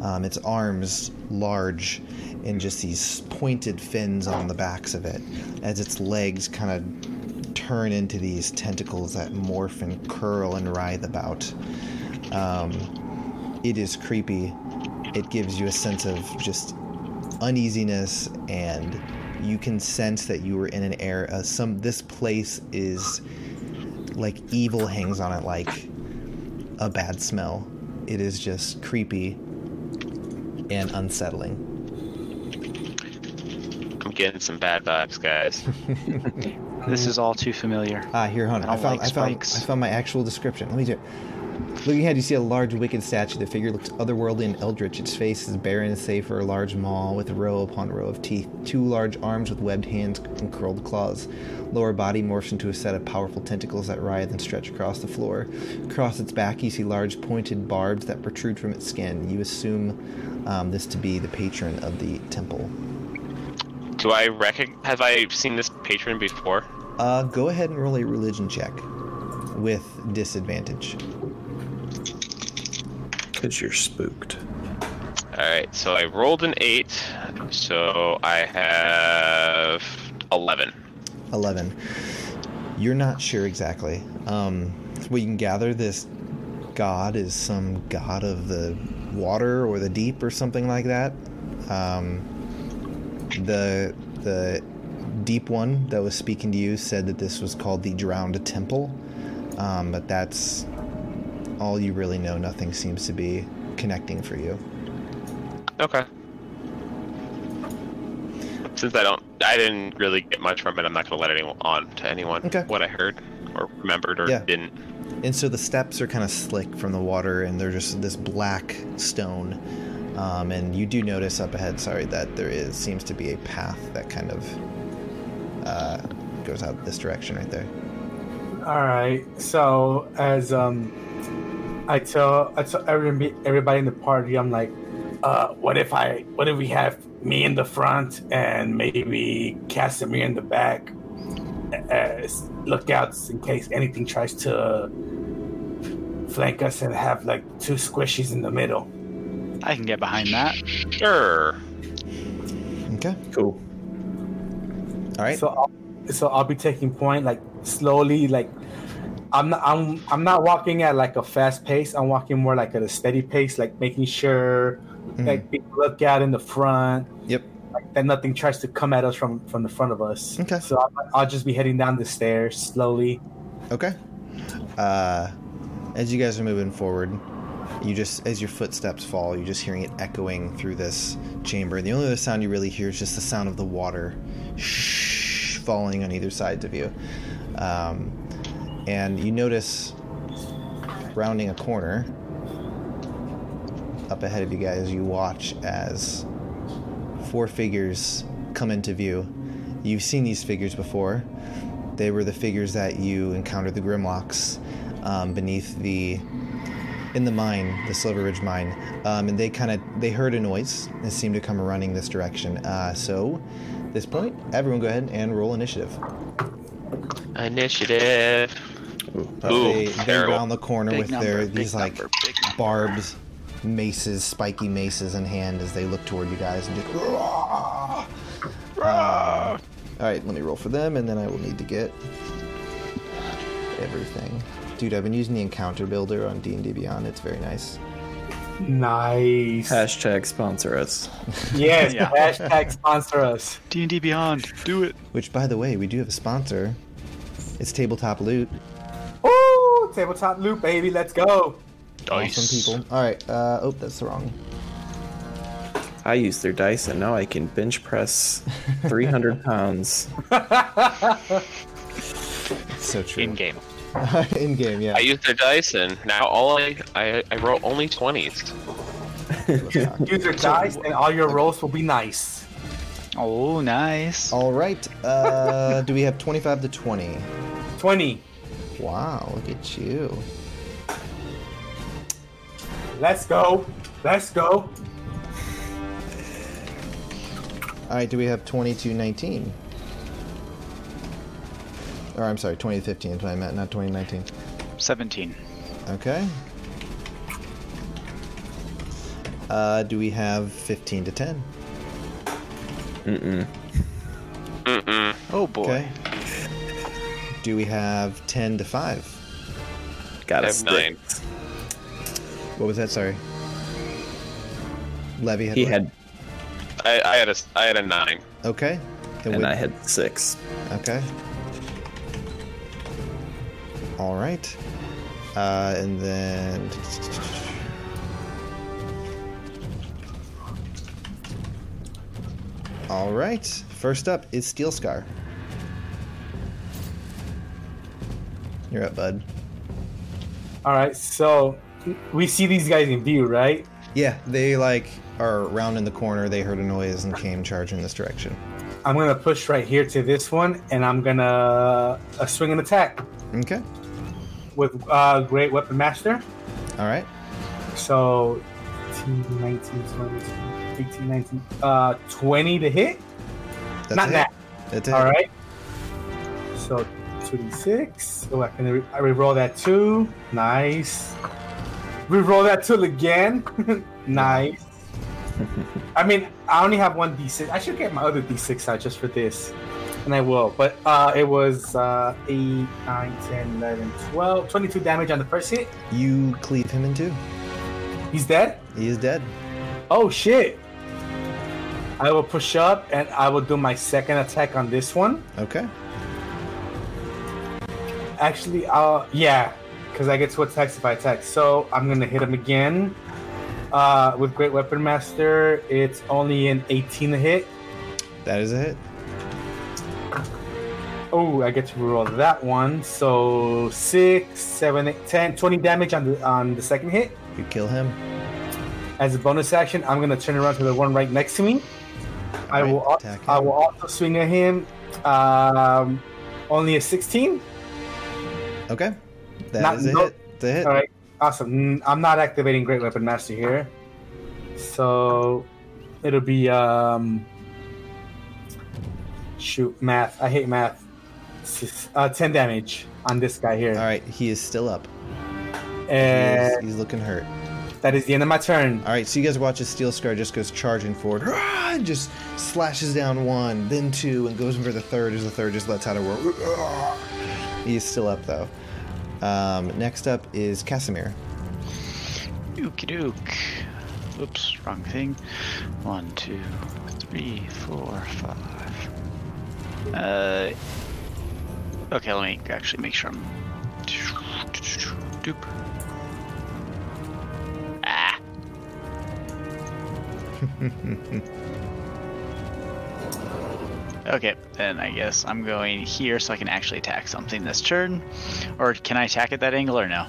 Um, its arms large and just these pointed fins on the backs of it as its legs kind of turn into these tentacles that morph and curl and writhe about. Um, it is creepy. It gives you a sense of just uneasiness, and you can sense that you were in an era. Uh, some this place is like evil hangs on it, like a bad smell. It is just creepy and unsettling.
I'm getting some bad vibes, guys.
This is all too familiar.
Ah, here, hold on.
I
I,
don't
found,
like
I, found,
spikes.
I found my actual description. Let me do it. Looking ahead, you see a large, wicked statue. The figure looks otherworldly and eldritch. Its face is barren, save for a large maw with row upon row of teeth, two large arms with webbed hands and curled claws. Lower body morphs into a set of powerful tentacles that writhe and stretch across the floor. Across its back, you see large, pointed barbs that protrude from its skin. You assume um, this to be the patron of the temple.
Do I recognize? Have I seen this patron before?
Uh, go ahead and roll a religion check with disadvantage.
Because you're spooked.
All right, so I rolled an eight, so I have eleven.
11 you're not sure exactly um, we can gather this god is some god of the water or the deep or something like that um, the the deep one that was speaking to you said that this was called the drowned temple um, but that's all you really know nothing seems to be connecting for you
Okay. Since I don't, I didn't really get much from it. I'm not gonna let anyone on to anyone
Okay.
what I heard or remembered or
Yeah.
didn't.
And so the steps are kind of slick from the water, and they're just this black stone. Um, and you do notice up ahead, sorry, that there is seems to be a path that kind of uh, goes out this direction right there.
All right. So as um, I tell I tell every, everybody in the party, I'm like, uh, what if I what if we have me in the front and maybe Casimir in the back uh, as lookouts in case anything tries to flank us and have like two squishies in the middle.
I can get behind that.
Sure.
Okay.
Cool.
All right.
So I'll, so I'll be taking point like slowly like I'm not, I'm I'm not walking at like a fast pace. I'm walking more like at a steady pace, like making sure
Hmm.
like people look out in the front
yep.
that nothing tries to come at us from from the front of us.
Okay.
So I'll, I'll just be heading down the stairs slowly.
Okay. Uh, as you guys are moving forward, you just as your footsteps fall, you're just hearing it echoing through this chamber. And the only other sound you really hear is just the sound of the water shh, falling on either sides of you. Um, and you notice rounding a corner up ahead of you guys, you watch as four figures come into view. You've seen these figures before. They were the figures that you encountered the Grimlocks um, beneath the in the mine, the Silver Ridge mine, um, and they kind of they heard a noise and seemed to come running this direction. Uh, so, at this point, everyone go ahead and roll initiative.
Initiative. Ooh,
they, they're
terrible.
around the corner
Big
with their
number, big
these like
number, big number.
barbed maces, spiky maces in hand as they look toward you guys and just. "Rah!" Uh, all right, let me roll for them, and then I will need to get everything. Dude, I've been using the encounter builder on D and D Beyond. It's very nice.
Nice.
Hashtag sponsor us.
Yes.
Yeah.
Hashtag sponsor us.
D and D Beyond, do it.
Which, by the way, we do have a sponsor. It's Tabletop Loot.
Ooh, tabletop loop, baby. Let's go.
Dice.
Awesome people. All right. Uh, oh, that's the wrong.
I use their dice, and now I can bench press 300 pounds.
It's so true.
In game.
In game, yeah.
I used their dice, and now all I I, I roll only twenties.
Use your dice, and all your rolls will be nice.
Oh, nice.
All right. Uh, do we have twenty-five to twenty?
Twenty.
Wow, look at you.
Let's go. Let's go.
All right, do we have 2219? Or I'm sorry, 2015 is what I meant, not 2019.
Seventeen.
Okay. Uh, do we have 15 to 10?
Oh boy.
Okay. Do we have 10 to 5?
Got
I
a
have nine.
six.
What was that? Sorry. Levy had.
He
what?
had,
I, I had a s- I had a nine.
Okay. Then
and
Whit-
I had six.
Okay. All right. Uh, and then. All right. First up is Steel Scar. You're up, bud.
All right. So we see these guys in view, right?
Yeah, they like are round in the corner. They heard a noise and came charging this direction.
I'm gonna push right here to this one, and I'm gonna uh, swing an attack
Okay.
with uh, Great Weapon Master.
All right.
So 18, 19, 20, 18, 19, uh, 20 to hit.
That's
Not
it.
that.
That's it.
All right. So 2d6. Oh, I can re- I reroll that too. Nice. Reroll that tool again. nice. I mean, I only have one d6. I should get my other d6 out just for this. And I will. But uh, it was uh, 8, 9, 10, 11, 12, 22 damage on the first hit.
You cleave him in two.
He's dead.
He is dead.
Oh, shit. I will push up and I will do my second attack on this one.
Okay.
Actually, uh, yeah, because I get to attack if I attack. So I'm gonna hit him again. Uh, with Great Weapon Master, it's only an 18 to hit.
That is a hit.
Oh, I get to roll that one. So six, seven, eight, 10, 20 damage on the on the second hit.
You kill him.
As a bonus action, I'm gonna turn around to the one right next to me. I
Right,
will. al-
attack
I
him.
will also swing at him. Um, only a 16.
Okay. that is
Not-
a
no-
hit. It's a hit.
All right, awesome. Mm, I'm not activating Great Weapon Master here, so it'll be um. Shoot, math. I hate math. It's just, Uh, Ten damage on this guy here,
All right, He is still up. He is-
and
he's looking hurt.
that is the end of my turn.
All right. So you guys watch as Steel Scar just goes charging forward, Rah! and just slashes down one, then two, and goes in for the third. As the third just lets out a roar. Rah! He is still up though. Um, next up is Casimir.
Okie doke. Oops, wrong thing. One, two, three, four, five. Uh. Okay, let me actually make sure I'm. Doop. Ah. okay, then I guess I'm going here so I can actually attack something this turn. Or can I attack at that angle or no?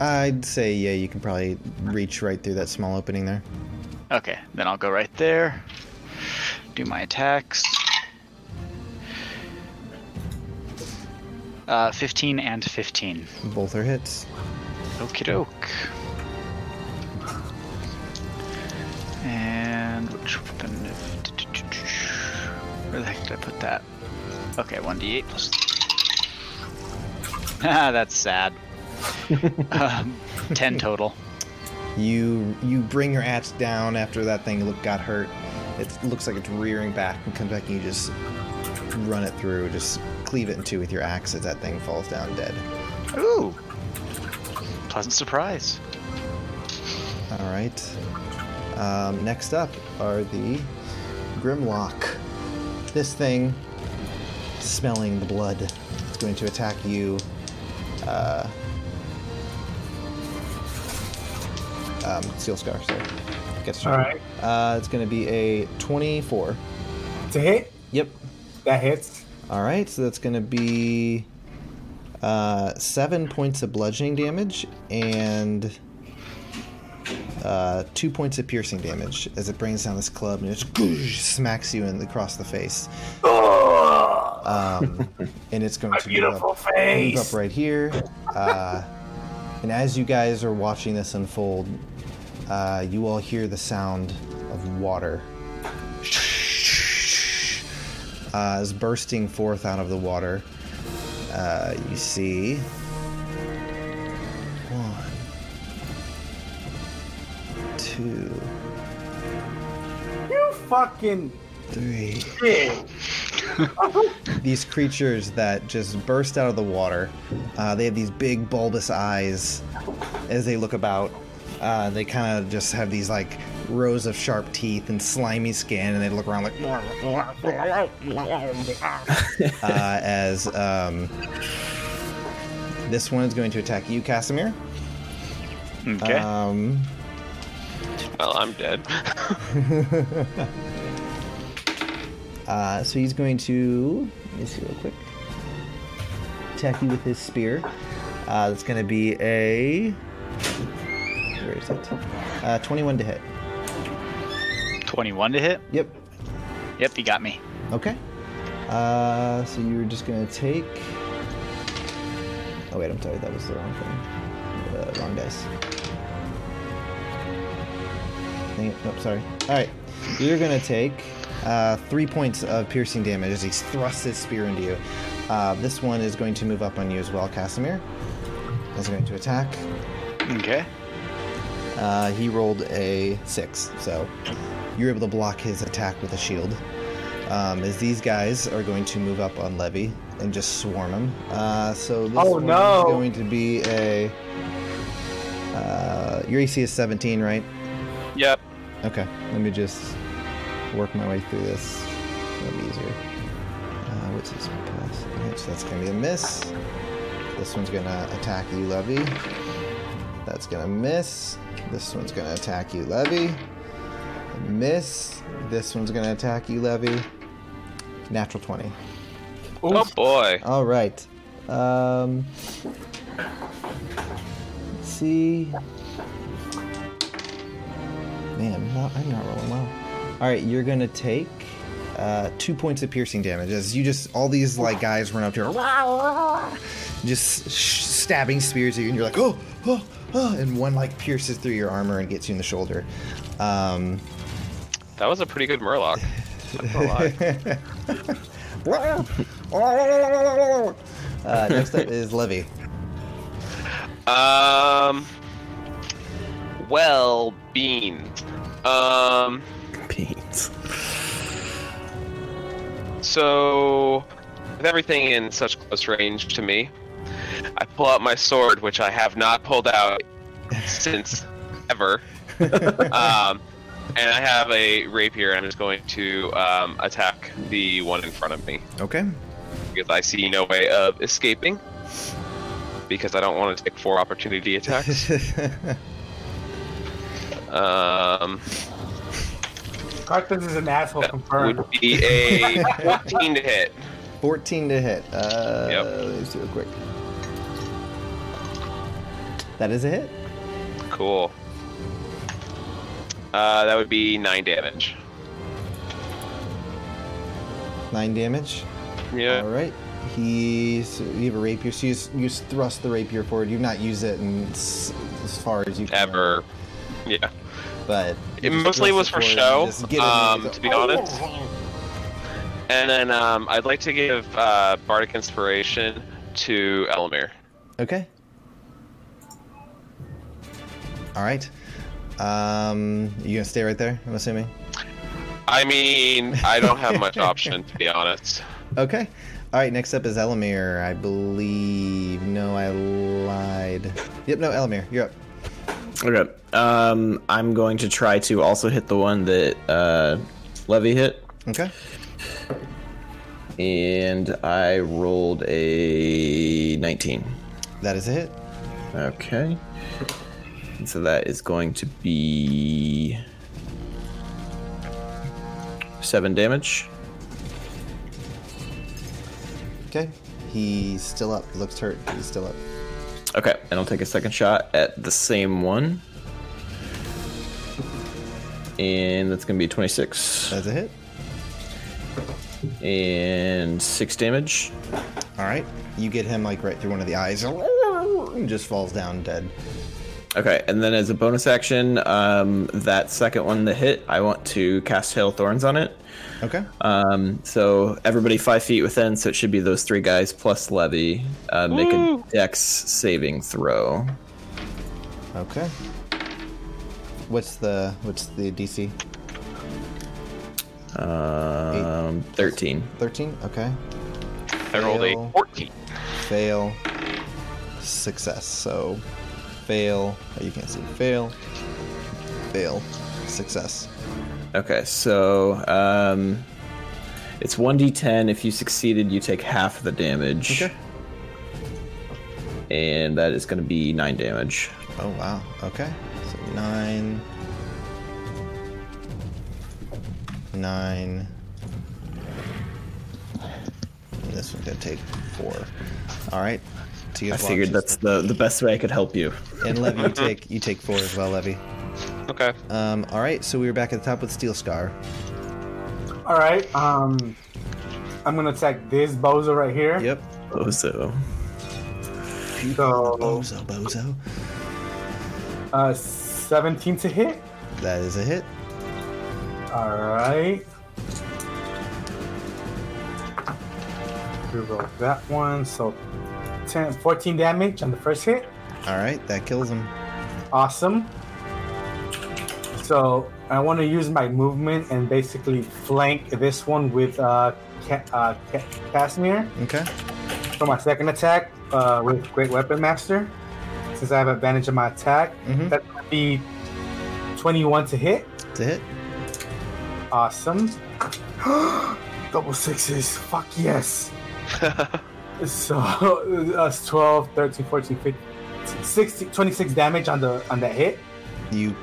I'd say yeah, you can probably reach right through that small opening there.
Okay, then I'll go right there. Do my attacks. Uh, 15 and 15. Uh,
Both are hits.
Okie doke. And which weapon? Where the heck did I put that? Okay, 1d8 plus. Ah, that's sad. um, 10 total.
You you bring your axe down after that thing look got hurt. It looks like it's rearing back and comes back and you just run it through, just cleave it in two with your axe as that thing falls down dead.
Ooh! Pleasant surprise.
All right. Um, next up are the Grimlock. This thing, smelling the blood, is going to attack you. Uh, um, Seal Scar, so gets
All right.
Uh, it's going to be a 24.
To hit,
Yep.
that hits.
All right, so that's going to be uh, seven points of bludgeoning damage and uh, two points of piercing damage as it brings down this club and it just goosh, smacks you in, across the face. Um, and it's going to move
beautiful
up, move
face.
up right here. Uh, and as you guys are watching this unfold, uh, you all hear the sound of water uh, is bursting forth out of the water. Uh, you see. One. Two.
You fucking
Three.
shit.
These creatures that just burst out of the water. Uh, they have these big bulbous eyes as they look about. Uh, they kind of just have these like rows of sharp teeth and slimy skin, and they look around like uh, as um, this one is going to attack you, Casimir.
Okay.
Um,
Well, I'm dead.
uh, so he's going to let me see real quick. Attack you with his spear. Uh, that's going to be a where is it? Uh, Twenty-one to hit.
21 to hit.
Yep.
Yep, he got me.
Okay. Uh, so you're just going to take. Oh wait, I'm sorry. That was the wrong thing. Uh, wrong dice. Dang it. Nope, sorry. All right, you're gonna take uh, three points of piercing damage as he thrusts his spear into you. Uh, this one is going to move up on you as well, Casimir. Is going to attack.
Okay.
Uh, he rolled a six, so you're able to block his attack with a shield. Um, as these guys are going to move up on Levy and just swarm him. Uh, so this
Oh,
one
no.
is going to be a. Uh, your AC is 17, right?
yep.
Okay, let me just work my way through this. That'll be easier. Uh, what's this one pass? Okay, so that's gonna be a miss. This one's gonna attack you, Levy. That's gonna miss. This one's gonna attack you, Levy. Miss. This one's gonna attack you, Levy. Natural 20.
Oh boy.
All right. Um, let's see. Man, I'm not, I'm not rolling well. All right, you're gonna take uh, two points of piercing damage as you just all these like guys run up to her, just sh- stabbing spears at you, and you're like, oh, oh, oh, and one like pierces through your armor and gets you in the shoulder. Um,
That was a pretty good Murloc. I'm not gonna lie.
uh, next up is Levy.
Um. Well, beans. Um.
Beans.
So, with everything in such close range to me, I pull out my sword, which I have not pulled out since ever. um, and I have a rapier, and I'm just going to um, attack the one in front of me
Okay.
because I see no way of escaping because I don't want to take four opportunity attacks. um,
Carthus is an asshole confirmed.
would be a 14 to hit.
14 to hit. Uh,
Yep.
Let's do it quick. That is a hit.
Cool. Uh, that would be nine damage.
Nine damage. All
Yeah.
right. He's. You have a rapier. So you just, you just thrust the rapier forward. You've not used it in, s- as far as you can.
Ever. Yeah.
but
It mostly was for show, um, to be honest. And then um, I'd like to give uh, Bardic Inspiration to Elamir.
Okay. All right. Um, you gonna stay right there? I'm assuming.
I mean, I don't have much option, to be honest.
Okay. All right. Next up is Elamir, I believe. No, I lied. Yep. No, Elamir, you're up.
Okay. Um, I'm going to try to also hit the one that uh, Levy hit,
Okay.
and I rolled a 19.
That is a hit.
Okay. And so that is going to be seven damage.
Okay. He's still up. He looks hurt. He's still up.
Okay, and I'll take a second shot at the same one. And that's going to be 26.
That's a hit.
And 6 damage.
All right. You get him like right through one of the eyes. and Just falls down dead.
Okay, and then as a bonus action, um, that second one that hit, I want to cast Hail Thorns on it.
Okay.
Um, so everybody five feet within, so it should be those three guys plus Levy. Uh, make a dex saving throw.
Okay. What's the what's the DC?
Um, 13.
13? Okay.
I rolled
Fail.
a 14.
Fail. Success. So fail. oh, You can't see. Fail. Fail. Success.
Okay, so um, it's 1d10. If you succeeded, you take half the damage.
Okay.
And that is going to be 9 damage.
Oh wow. Okay. So nine. Nine. And this one's gonna take four. Alright. So you
I
guys watch
figured
as
that's Uh, the, the best way I could help you.
And Levy, you take you take four as well, Levy.
Okay.
Um, all right, so we were back at the top with Steel Scar.
All right. Um, I'm gonna attack this bozo right here.
Yep.
Oh, so. Oh.
So
Bozo, bozo.
uh, 17 to hit.
That is a hit.
All right. We rolled that one. So 10, 14 damage on the first hit.
All right, that kills him.
Awesome. So I want to use my movement and basically flank this one with uh, Ca- uh, Ca- Casimir
Okay.
for my second attack uh, with Great Weapon Master. Since I have advantage on my attack,
Mhm.
that's gonna be 21 to hit.
It's a hit.
Awesome. Double sixes. Fuck yes. so that's 12, 13, 14, 15, 16, 26 damage on the on that hit.
You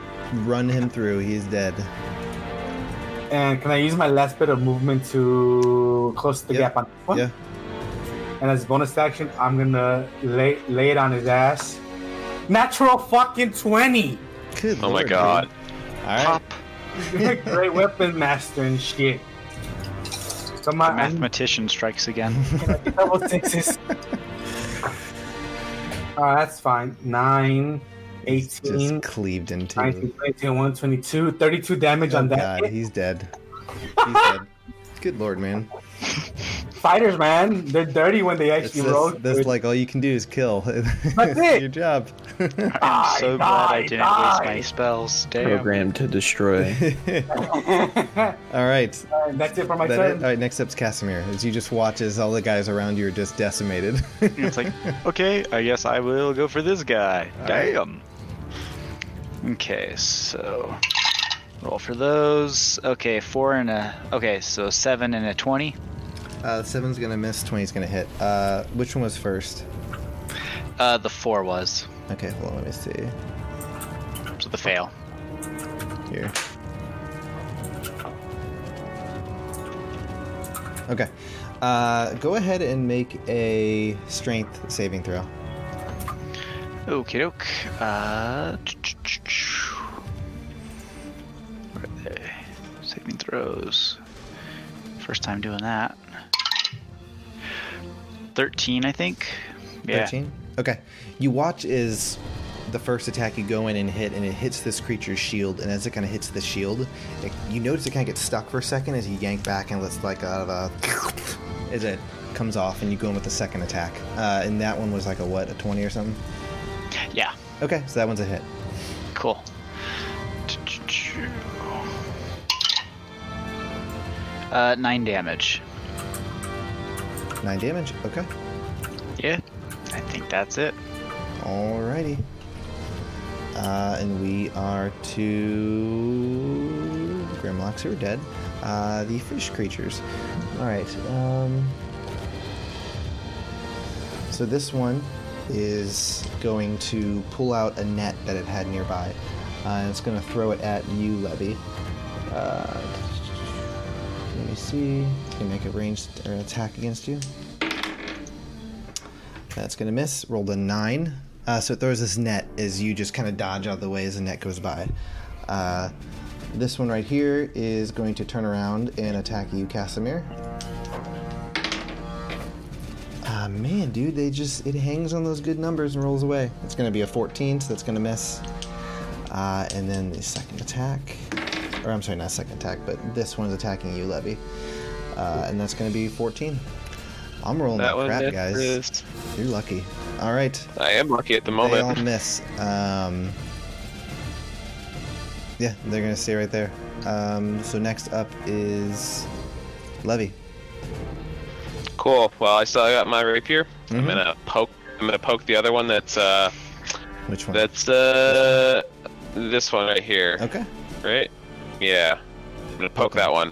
run him through. He's dead.
And can I use my last bit of movement to close the
Yeah.
gap on this one?
Yeah.
And as bonus action, I'm gonna lay lay it on his ass. Natural fucking 20!
Good.
Oh my
lord,
god.
dude. All right.
Great weapon master and shit. So my
The mathematician strikes again.
double sixes. Alright, that's fine. 9,
He's
18,
Just cleaved into.
19, 22, 122, 32 damage
Oh
on that.
god,
hit.
he's dead. He's dead. Good lord, man.
Fighters, man, they're dirty when they
That's,
actually roll.
that's, that's
good.
like all you can do is kill. That's
it.
Your job.
I'm so glad I
Die,
didn't
die,
waste my spells. Damn.
Programmed to destroy.
all right.
Alright, that's it for my
That it?
turn.
All right. Next up's Casimir. As you just watch as all the guys around you are just decimated.
It's like, okay, I guess I will go for this guy. Damn. Okay, so roll for those. Okay, four and a. Okay, so seven and a twenty.
Uh, seven's gonna miss, twenty's gonna hit. Uh, which one was first?
Uh, the four was
Okay, hold on, let me see.
so the fail.
Here. Okay. Uh, go ahead and make a strength saving throw.
Okie doke. Uh, where are they? Saving throws. First time doing that. Thirteen, I think. Yeah.
13? Okay. You watch as the first attack you go in and hit, and it hits this creature's shield. And as it kind of hits the shield, it, you notice it kind of gets stuck for a second as you yank back and lets like out of a as it comes off, and you go in with the second attack. Uh, and that one was like a what, a twenty or something?
Yeah,
Okay, so that one's a hit.
cool. Uh, nine damage.
Nine damage. Okay.
Yeah, I think that's it.
Alrighty. Uh, and we are to Grimlocks who are dead. Uh, the fish creatures. Alright. Um, so this one is going to pull out a net that it had nearby. Uh, and it's going to throw it at you, Levy. Uh, let me see. Can make a ranged or an attack against you. That's gonna miss. Rolled a nine. Uh, so it throws this net as you just kind of dodge out of the way as the net goes by. Uh, this one right here is going to turn around and attack you, Casimir. Ah man, dude, they just it hangs on those good numbers and rolls away. It's gonna be a 14, so that's gonna miss. Uh, and then the second attack, or I'm sorry, not second attack, but this one's attacking you, Levy, uh, and that's gonna be 14. I'm rolling
That
that,
one
crap,
that
guys.
is-
You're lucky. All right,
I am lucky at the
they all
moment.
miss. Um, yeah, they're gonna stay right there. Um, so next up is Levy.
Cool. Well, I still got my rapier. I'm
Mhm.
gonna poke. I'm gonna poke the other one. That's uh,
Which one?
that's uh, this one right here.
okay.
Right? Yeah. I'm gonna poke that one.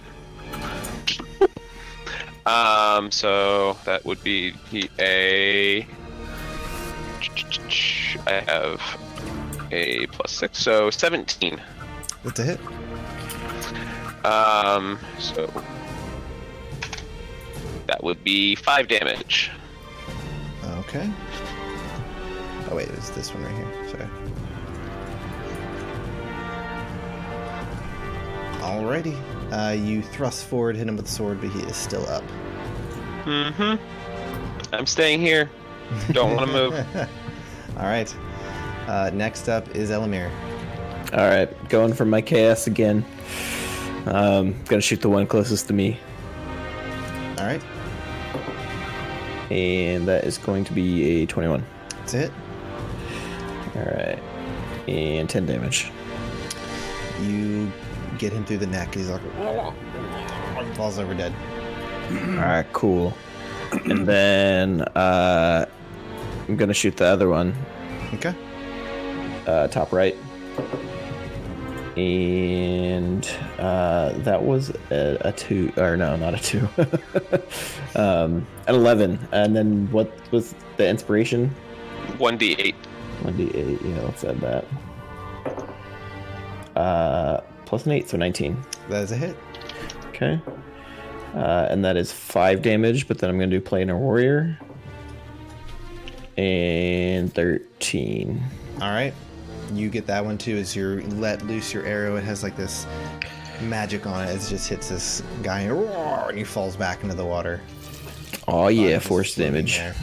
Um, so that would be he- a. I have a plus six, so seventeen.
That's a hit.
Um, so that would be five damage.
Okay. Oh wait, it's this one right here. Sorry. Alrighty. Uh, you thrust forward, hit him with the sword, but he is still up.
Mm-hmm. I'm staying here. Don't want to move.
All right. Uh, next up is Elamir.
All right, going for my KS again. Um, gonna shoot the one closest to me,
All right.
and that is going to be a 21.
That's it.
All right, and 10 damage.
You get him through the neck. He's like falls over dead.
All right, cool. And then uh, I'm gonna shoot the other one,
Okay.
uh, top right. And uh, that was a, a two, or no, not a two, um, an eleven. And then what was the inspiration?
One d eight.
One d eight. Yeah, let's add that. Uh, plus an eight, so nineteen.
That is a hit.
Okay. Uh, and that is five damage, but then I'm going to do Planar Warrior. And 13.
All right. You get that one too as you let loose your arrow. It has like this magic on it. It just hits this guy and roar, and he falls back into the water.
Oh, yeah,
Just
force
floating
damage.
there.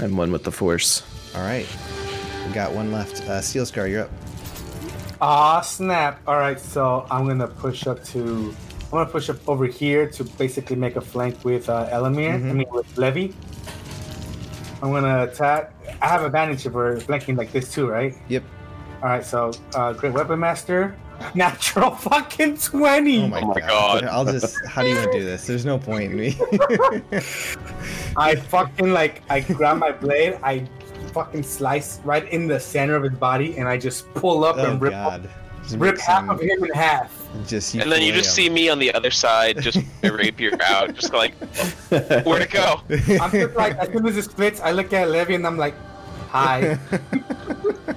And one with the force.
All right. We got one left. Uh, Steel Scar, you're up.
Ah, snap. All right, so I'm gonna push up to. I'm gonna push up over here to basically make a flank with uh, Elamir.
Mm-hmm.
I mean, with Levy. I'm gonna attack. I have advantage if we're flanking like this too, right?
Yep.
All right, so uh, great weapon master, natural fucking twenty.
Oh my,
my
god.
God.
I'll just. How do you want to do this? There's no point in me.
I fucking like. I grab my blade. I fucking slice right in the center of his body, and I just pull up
oh
and rip
god. Just
rip
make
half
some-
of him in half.
Just
And then you just see
ukulele.
me on the other side, just my rapier out, just like, where'd it go?
I'm just like, as soon as it splits, I look at Levy and I'm like, hi.
All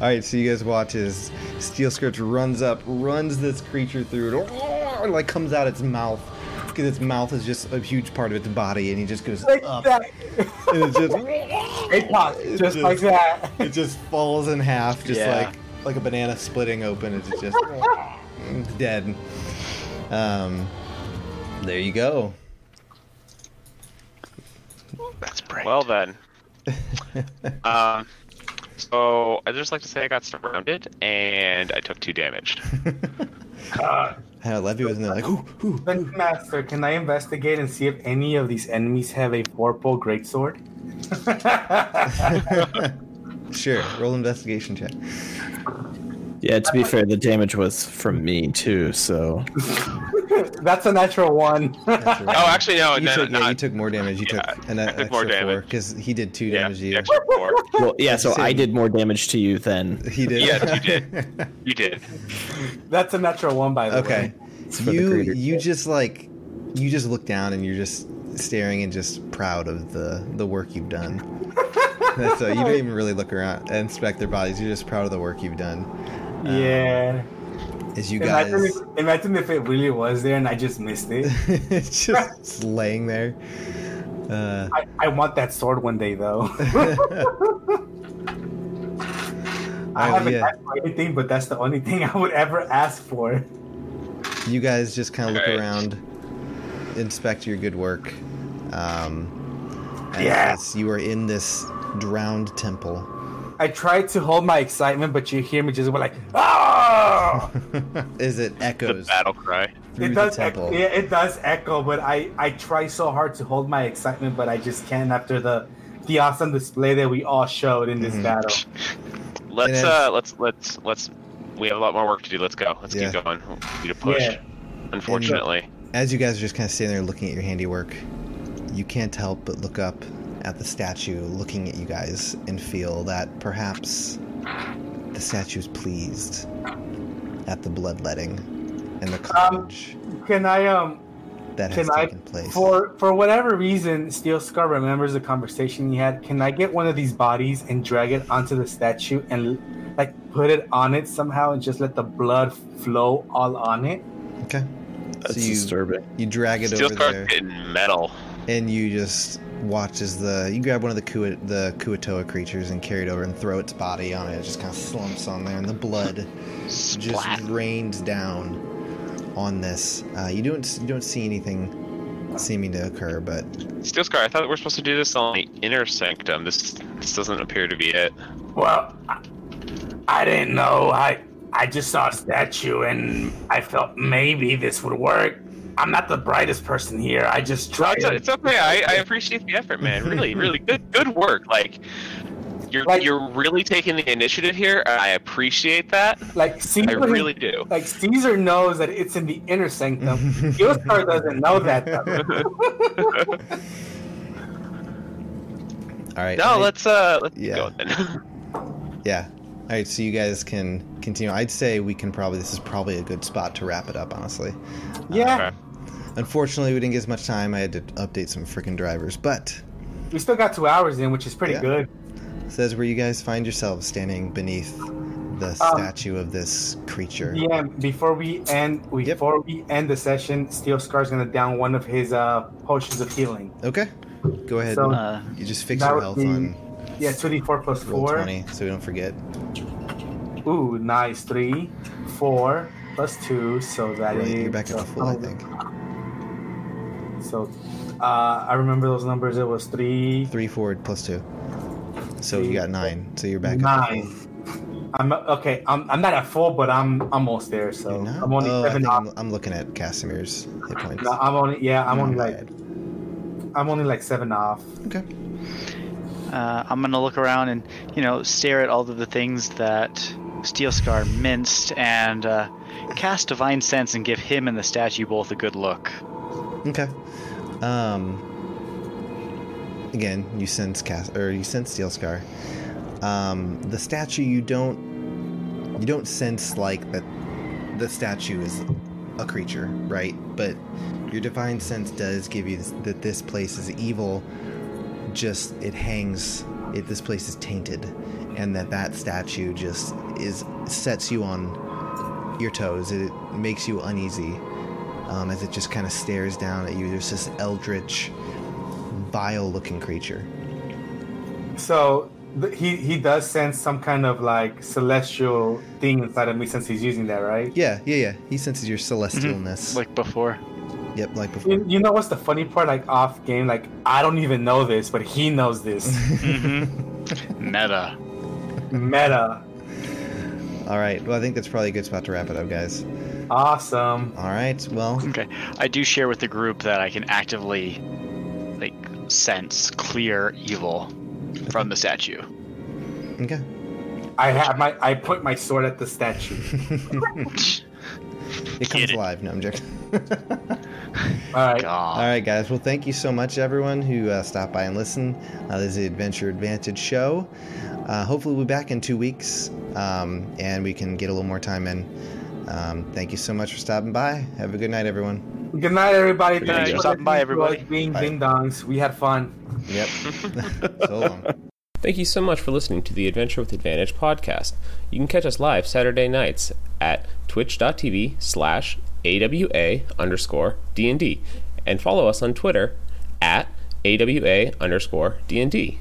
right, so you guys watch as Steel Scourge runs up, runs this creature through it, oh, and like comes out its mouth because its mouth is just a huge part of its body, and he just goes
like
up,
that.
and it just
Apoc,
It's
just, like that.
it just falls in half, just
Yeah.
like like a banana splitting open. It's just dead. Um, there you go.
That's bright.
Well then, um, So I just like to say I got surrounded and I took two damage.
I know Levy was in there like, ooh, ooh.
Then, Master, can I investigate and see if any of these enemies have a four-pole greatsword?
sure. Roll investigation check.
Yeah, to be fair, the damage was from me too, so
That's a natural one.
That's right.
Oh, actually, no,
you
no,
took,
no,
yeah,
not-
you took more damage. You
Yeah,
took an
I took more damage.
because he did two
yeah,
damage to you.
the extra four.
well, yeah, so I
Same.
did more damage to you than
He did.
Yes, you did. You did.
That's a natural one, by the
Okay.
way.
the
You
greater
you just like you just look down and you're just staring and just proud of the the work you've done. That's so you don't even really look around and inspect their bodies. You're just proud of the work you've done.
yeah.
Uh, As you
Imagine
guys
if, imagine if it really was there and I just missed it.
it's just laying there. Uh,
I, I want that sword one day, though. I
Oh,
haven't
yeah.
asked for anything, but that's the only thing I would ever ask for.
you guys just kind of look
Alright.
around, inspect your good work. Um, as-
Yeah.
as you are in this drowned temple.
I tried to hold my excitement, but you hear me just like, oh!
Is it
The
echoes
battle cry.
through
it
the
does, echo,
temple?
yeah, it does echo. But I, I try so hard to hold my excitement, but I just can't after the, the awesome display that we all showed in this
Mhm.
battle.
Let's
is-
uh, let's let's let's. We have a lot more work to do. Let's go. Let's
Yeah.
keep going. We need to push.
Yeah.
Unfortunately,
As you guys are just kind of standing there looking at your handiwork, you can't help but look up at the statue looking at you guys and feel that perhaps the statue's pleased at the bloodletting and the carnage
Can I um
that has
can I
taken place.
for for whatever reason Steel Scar remembers the conversation he had? Can I get one of these bodies and drag it onto the statue and like put it on it somehow and just let the blood flow all on it?
okay.
that's
So you,
disturbing.
you drag it
steel
over
card's
there
getting metal.
and you just watch as the you grab one of the Kua, the Kuatoa creatures and carry it over and throw its body on it. It just kind of slumps on there and the blood just
Splat.
rains down on this. Uh, you don't you don't see anything seeming to occur, but
Steel Scar, I thought we were supposed to do this on the inner sanctum. This this doesn't appear to be it.
Well, I, I didn't know. I I just saw a statue and I felt maybe this would work. I'm not the brightest person here. I just
No,
tried.
it's, it's okay. I, I appreciate the effort, man. Really, really good good work. Like you're
Like-
you're really taking the initiative here. and I appreciate that.
like
I
Caesar,
really do.
like Caesar knows that it's in the inner sanctum. Yostar doesn't know that though.
all right.
No,
I-
let's uh let's
Yeah.
go then.
yeah. All right, so you guys can continue. I'd say we can probably this is probably a good spot to wrap it up, honestly.
Yeah,
Okay.
Unfortunately, we didn't get as much time. I had to update some freaking drivers, but
we still got two hours in, which is pretty
Yeah.
good.
it says where you guys find yourselves standing beneath the statue of this creature.
Um, Yeah, before we end, before we end the session, Steel Scar's gonna down one of his uh potions of healing.
Okay. Go ahead.
So-
Uh,
you just fix
that
your
would
health
be
on
Yeah, two D four plus
roll
four.
20 so we don't forget.
Ooh, nice. Three, four, plus two, so
Right,
that is- uh,
you're back at the full, I think.
So, uh, I remember those numbers. It was three,
Three forward plus two. So you got nine. So you're back up.
nine. I'm okay. I'm, I'm not at full, but I'm almost there. So
You're not?
I'm only
Oh, I
seven
think
off.
I'm, I'm looking at Casimir's hit points.
No, I'm only yeah. I'm
Not
only like
bad.
I'm only like seven off.
Okay.
uh, I'm gonna look around and you know stare at all of the things that Steel Scar minced and uh, cast divine sense and give him and the statue both a good look.
Okay. Um. Again, you sense Cas or you sense Steel Scar. Um, the statue you don't you don't sense like that the statue is a creature, right? But your divine sense does give you this, that this place is evil. Just it hangs. It, this place is tainted, and that that statue just is sets you on your toes. It makes you uneasy um, as it just kind of stares down at you. There's this eldritch, vile-looking creature.
So th- he he does sense some kind of like celestial thing inside of me since he's using that, right?
Yeah, yeah, yeah. He senses your celestialness.
Mm-hmm. Like before.
yep, like before.
You, you know what's the funny part? Like off game, like I don't even know this, but he knows this.
hmm Meta.
Meta.
All right. Well, I think that's probably a good spot to wrap it up, guys.
Awesome.
All right. Well,
Okay. I do share with the group that I can actively, like, sense clear evil from the statue.
okay.
I have my I put my sword at the statue.
It comes
it.
alive. No, I'm joking.
All right.
God.
All right, guys. Well, thank you so much, everyone who uh, stopped by and listened. Uh, this is the Adventure Advantage show. Uh, hopefully, we'll be back in two weeks um, and we can get a little more time in. Um, thank you so much for stopping by. Have a good night, everyone.
Good night, everybody.
Good
Thanks
night.
for
Stopping by,
listening to us
everybody.
Being
Bye.
ding dongs, we had fun.
Yep. so long.
Thank you so much for listening to the Adventure with Advantage podcast. You can catch us live Saturday nights at twitch.tv slash AWA underscore DND and follow us on Twitter at AWA underscore DND.